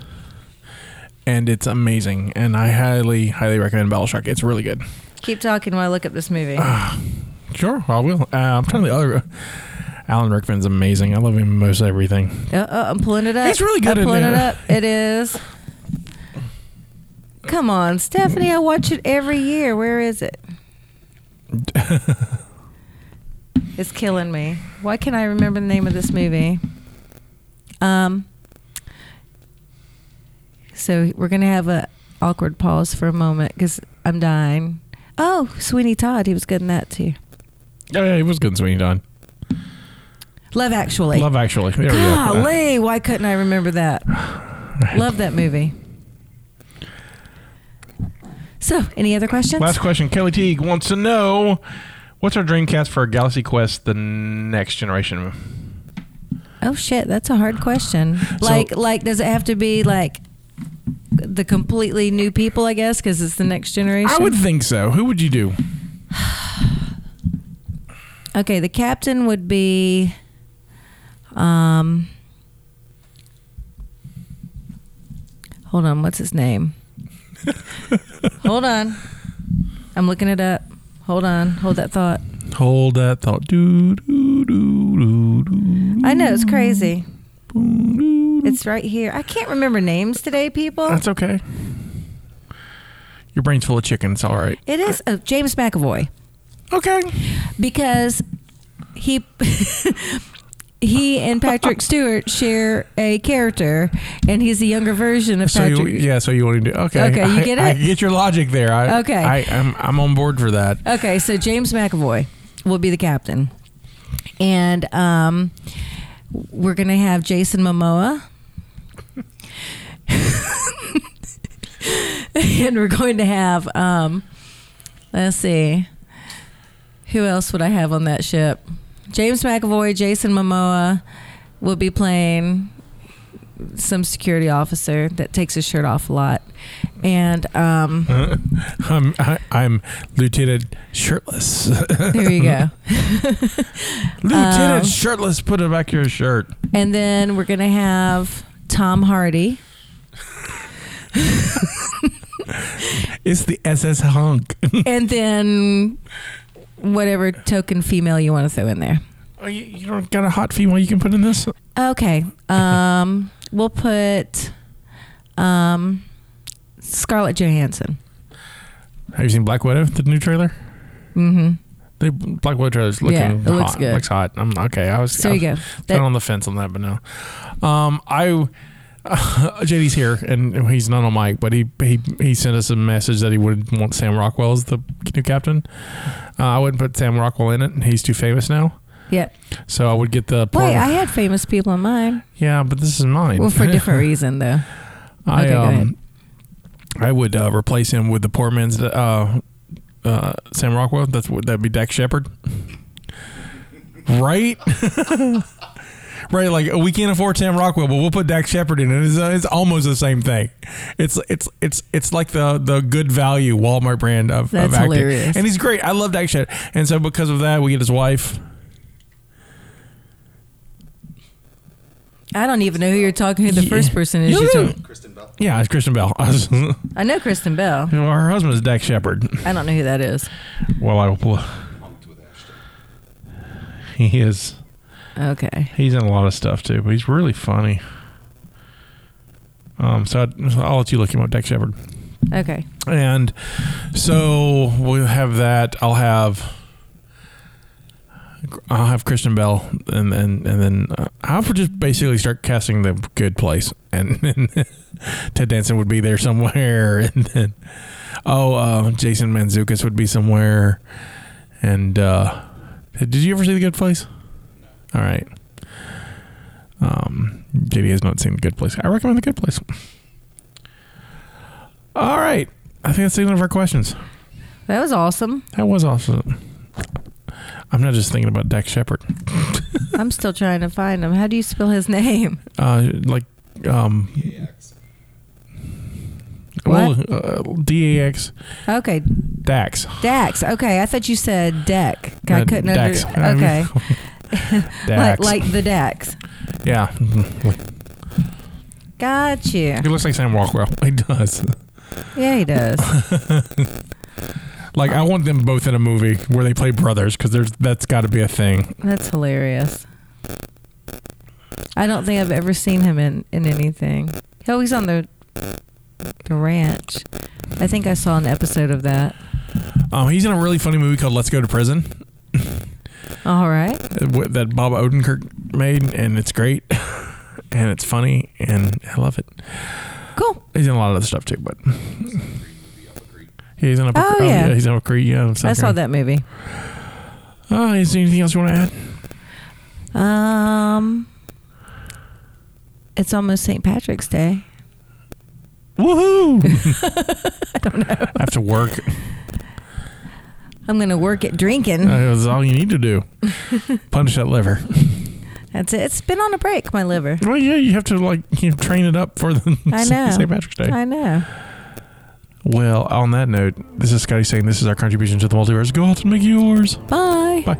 Speaker 2: And it's amazing, and I highly, highly recommend Bottle Shock. It's really good.
Speaker 3: Keep talking while I look up this movie. Uh,
Speaker 2: Sure, I will. Uh, I'm trying the other. Alan Rickman's amazing. I love him in most everything.
Speaker 3: Uh, uh, I'm pulling it up.
Speaker 2: He's really good at
Speaker 3: I'm pulling
Speaker 2: that.
Speaker 3: it up. It is. Come on, Stephanie. I watch it every year. Where is it? it's killing me. Why can't I remember the name of this movie? Um. So we're gonna have a awkward pause for a moment because I'm dying. Oh, Sweeney Todd. He was good in that too.
Speaker 2: Yeah, yeah, he was good in Sweeney Todd.
Speaker 3: Love Actually.
Speaker 2: Love Actually. There we go.
Speaker 3: Golly, why couldn't I remember that? Love that movie. So, any other questions?
Speaker 2: Last question. Kelly Teague wants to know, what's our dream cast for Galaxy Quest: The Next Generation?
Speaker 3: Oh shit, that's a hard question. Like, like, does it have to be like the completely new people? I guess because it's the next generation.
Speaker 2: I would think so. Who would you do?
Speaker 3: Okay, the captain would be. Um. Hold on, what's his name? hold on, I'm looking it up. Hold on, hold that thought.
Speaker 2: Hold that thought. Do do do do do.
Speaker 3: I know it's crazy. It's right here. I can't remember names today, people.
Speaker 2: That's okay. Your brain's full of chicken. It's all right.
Speaker 3: It is oh, James McAvoy
Speaker 2: Okay.
Speaker 3: because he he and Patrick Stewart share a character, and he's a younger version of
Speaker 2: So you,
Speaker 3: Patrick.
Speaker 2: yeah, so you want to do okay?
Speaker 3: Okay, you
Speaker 2: I-
Speaker 3: get
Speaker 2: I
Speaker 3: it?
Speaker 2: get your logic there. I,
Speaker 3: Okay.
Speaker 2: I, I'm I'm on board for that.
Speaker 3: Okay, so James McAvoy will be the captain, and um, we're gonna have Jason Momoa, and we're going to have um, Let's see. Who else would I have on that ship? James McAvoy, Jason Momoa will be playing some security officer that takes his shirt off a lot. And um,
Speaker 2: I'm I, I'm Lieutenant Shirtless.
Speaker 3: there you go.
Speaker 2: Lieutenant Shirtless, put it back your shirt.
Speaker 3: And then we're going to have Tom Hardy.
Speaker 2: It's the SS Hunk.
Speaker 3: And then whatever token female you want to throw in there.
Speaker 2: Oh, you, you don't got a hot female you can put in this?
Speaker 3: Okay. Um, we'll put um, Scarlett Johansson.
Speaker 2: Have you seen Black Widow, the new trailer?
Speaker 3: Mm-hmm.
Speaker 2: The Black Widow trailer's looking
Speaker 3: Yeah, it
Speaker 2: hot.
Speaker 3: looks good.
Speaker 2: Looks hot. I'm okay. I was
Speaker 3: So there you go.
Speaker 2: Been
Speaker 3: That,
Speaker 2: on the fence on that, but no. Um, I JD's here, and he's not on mic, but he he he sent us a message that he would want Sam Rockwell as the new captain. Uh, I wouldn't put Sam Rockwell in it; and he's too famous now.
Speaker 3: yep.
Speaker 2: So I would get the
Speaker 3: Wait,
Speaker 2: part.
Speaker 3: I had famous people in mind.
Speaker 2: yeah, but this is mine.
Speaker 3: Well, for a different reason, though.
Speaker 2: I
Speaker 3: Okay, go
Speaker 2: um, I would uh, replace him with the poor man's uh, uh, Sam Rockwell. That's what that'd be Dak Shepard, right? right. Like we can't afford Sam Rockwell, but we'll put Dak Shepard in, and it's, uh, it's almost the same thing. It's it's it's it's like the the good value Walmart brand of, of
Speaker 3: That's
Speaker 2: acting,
Speaker 3: hilarious.
Speaker 2: and he's great. I love Dak Shepard, and so because of that, we get his wife.
Speaker 3: I don't even know who you're talking to. The
Speaker 2: Yeah.
Speaker 3: first person is
Speaker 2: You
Speaker 3: you.
Speaker 2: do.
Speaker 3: Talk-
Speaker 2: Yeah, it's Christian Bell.
Speaker 3: I know Kristen Bell.
Speaker 2: Her husband is Dak Shepard.
Speaker 3: I don't know who that is.
Speaker 2: Well, I will pull. He is.
Speaker 3: Okay.
Speaker 2: He's in a lot of stuff too, but he's really funny. Um, so, I, so I'll let you look him up, Dak Shepard,
Speaker 3: Okay.
Speaker 2: and so we'll have that. I'll have. I'll have Christian Bell, and and and then uh, I'll just basically start casting the good place, and, and Ted Danson would be there somewhere, and then oh, uh, Jason Manzukis would be somewhere, and uh, did you ever see the Good Place? All right. Um, JD has not seen The Good Place. I recommend The Good Place. All right. I think that's the end of our questions.
Speaker 3: That was awesome.
Speaker 2: That was awesome. I'm not just thinking about Dak Shepard.
Speaker 3: I'm still trying to find him. How do you spell his name?
Speaker 2: Uh, like, um,
Speaker 3: What?
Speaker 2: well, uh, DAX,
Speaker 3: Okay.
Speaker 2: Dax.
Speaker 3: Dax. Okay. I thought you said deck. I
Speaker 2: Uh,
Speaker 3: couldn't
Speaker 2: Dax.
Speaker 3: under- Okay. Like,
Speaker 2: Dax.
Speaker 3: like the Dax.
Speaker 2: yeah. Mhm.
Speaker 3: Got you.
Speaker 2: He looks like Sam Rockwell. He does.
Speaker 3: Yeah, he does.
Speaker 2: Like, I want them both in a movie where they play brothers because there's that's got to be a thing.
Speaker 3: That's hilarious. I don't think I've ever seen him in, in anything. Oh, he's on the the ranch. I think I saw an episode of that.
Speaker 2: Um, he's in a really funny movie called Let's Go to Prison
Speaker 3: All right.
Speaker 2: uh, wh- that Bob Odenkirk made, and it's great, and it's funny, and I love it.
Speaker 3: Cool.
Speaker 2: He's in a lot of other stuff too, but he's in a
Speaker 3: Oh, yeah.
Speaker 2: he's in a Creed. Yeah, I'm
Speaker 3: I saw that movie.
Speaker 2: Oh, is there anything else you want to add?
Speaker 3: Um It's almost St. Patrick's Day.
Speaker 2: Woohoo! I don't know. I have to work.
Speaker 3: I'm going to work at drinking.
Speaker 2: That's all you need to do. Punish that liver.
Speaker 3: That's it. It's been on a break, my liver.
Speaker 2: Well, yeah, you have to like you know, train it up for the
Speaker 3: I know.
Speaker 2: St. Patrick's Day.
Speaker 3: I know.
Speaker 2: Well, on that note, this is Scotty saying this is our contribution to the multiverse. Go out and make yours.
Speaker 3: Bye.
Speaker 2: Bye.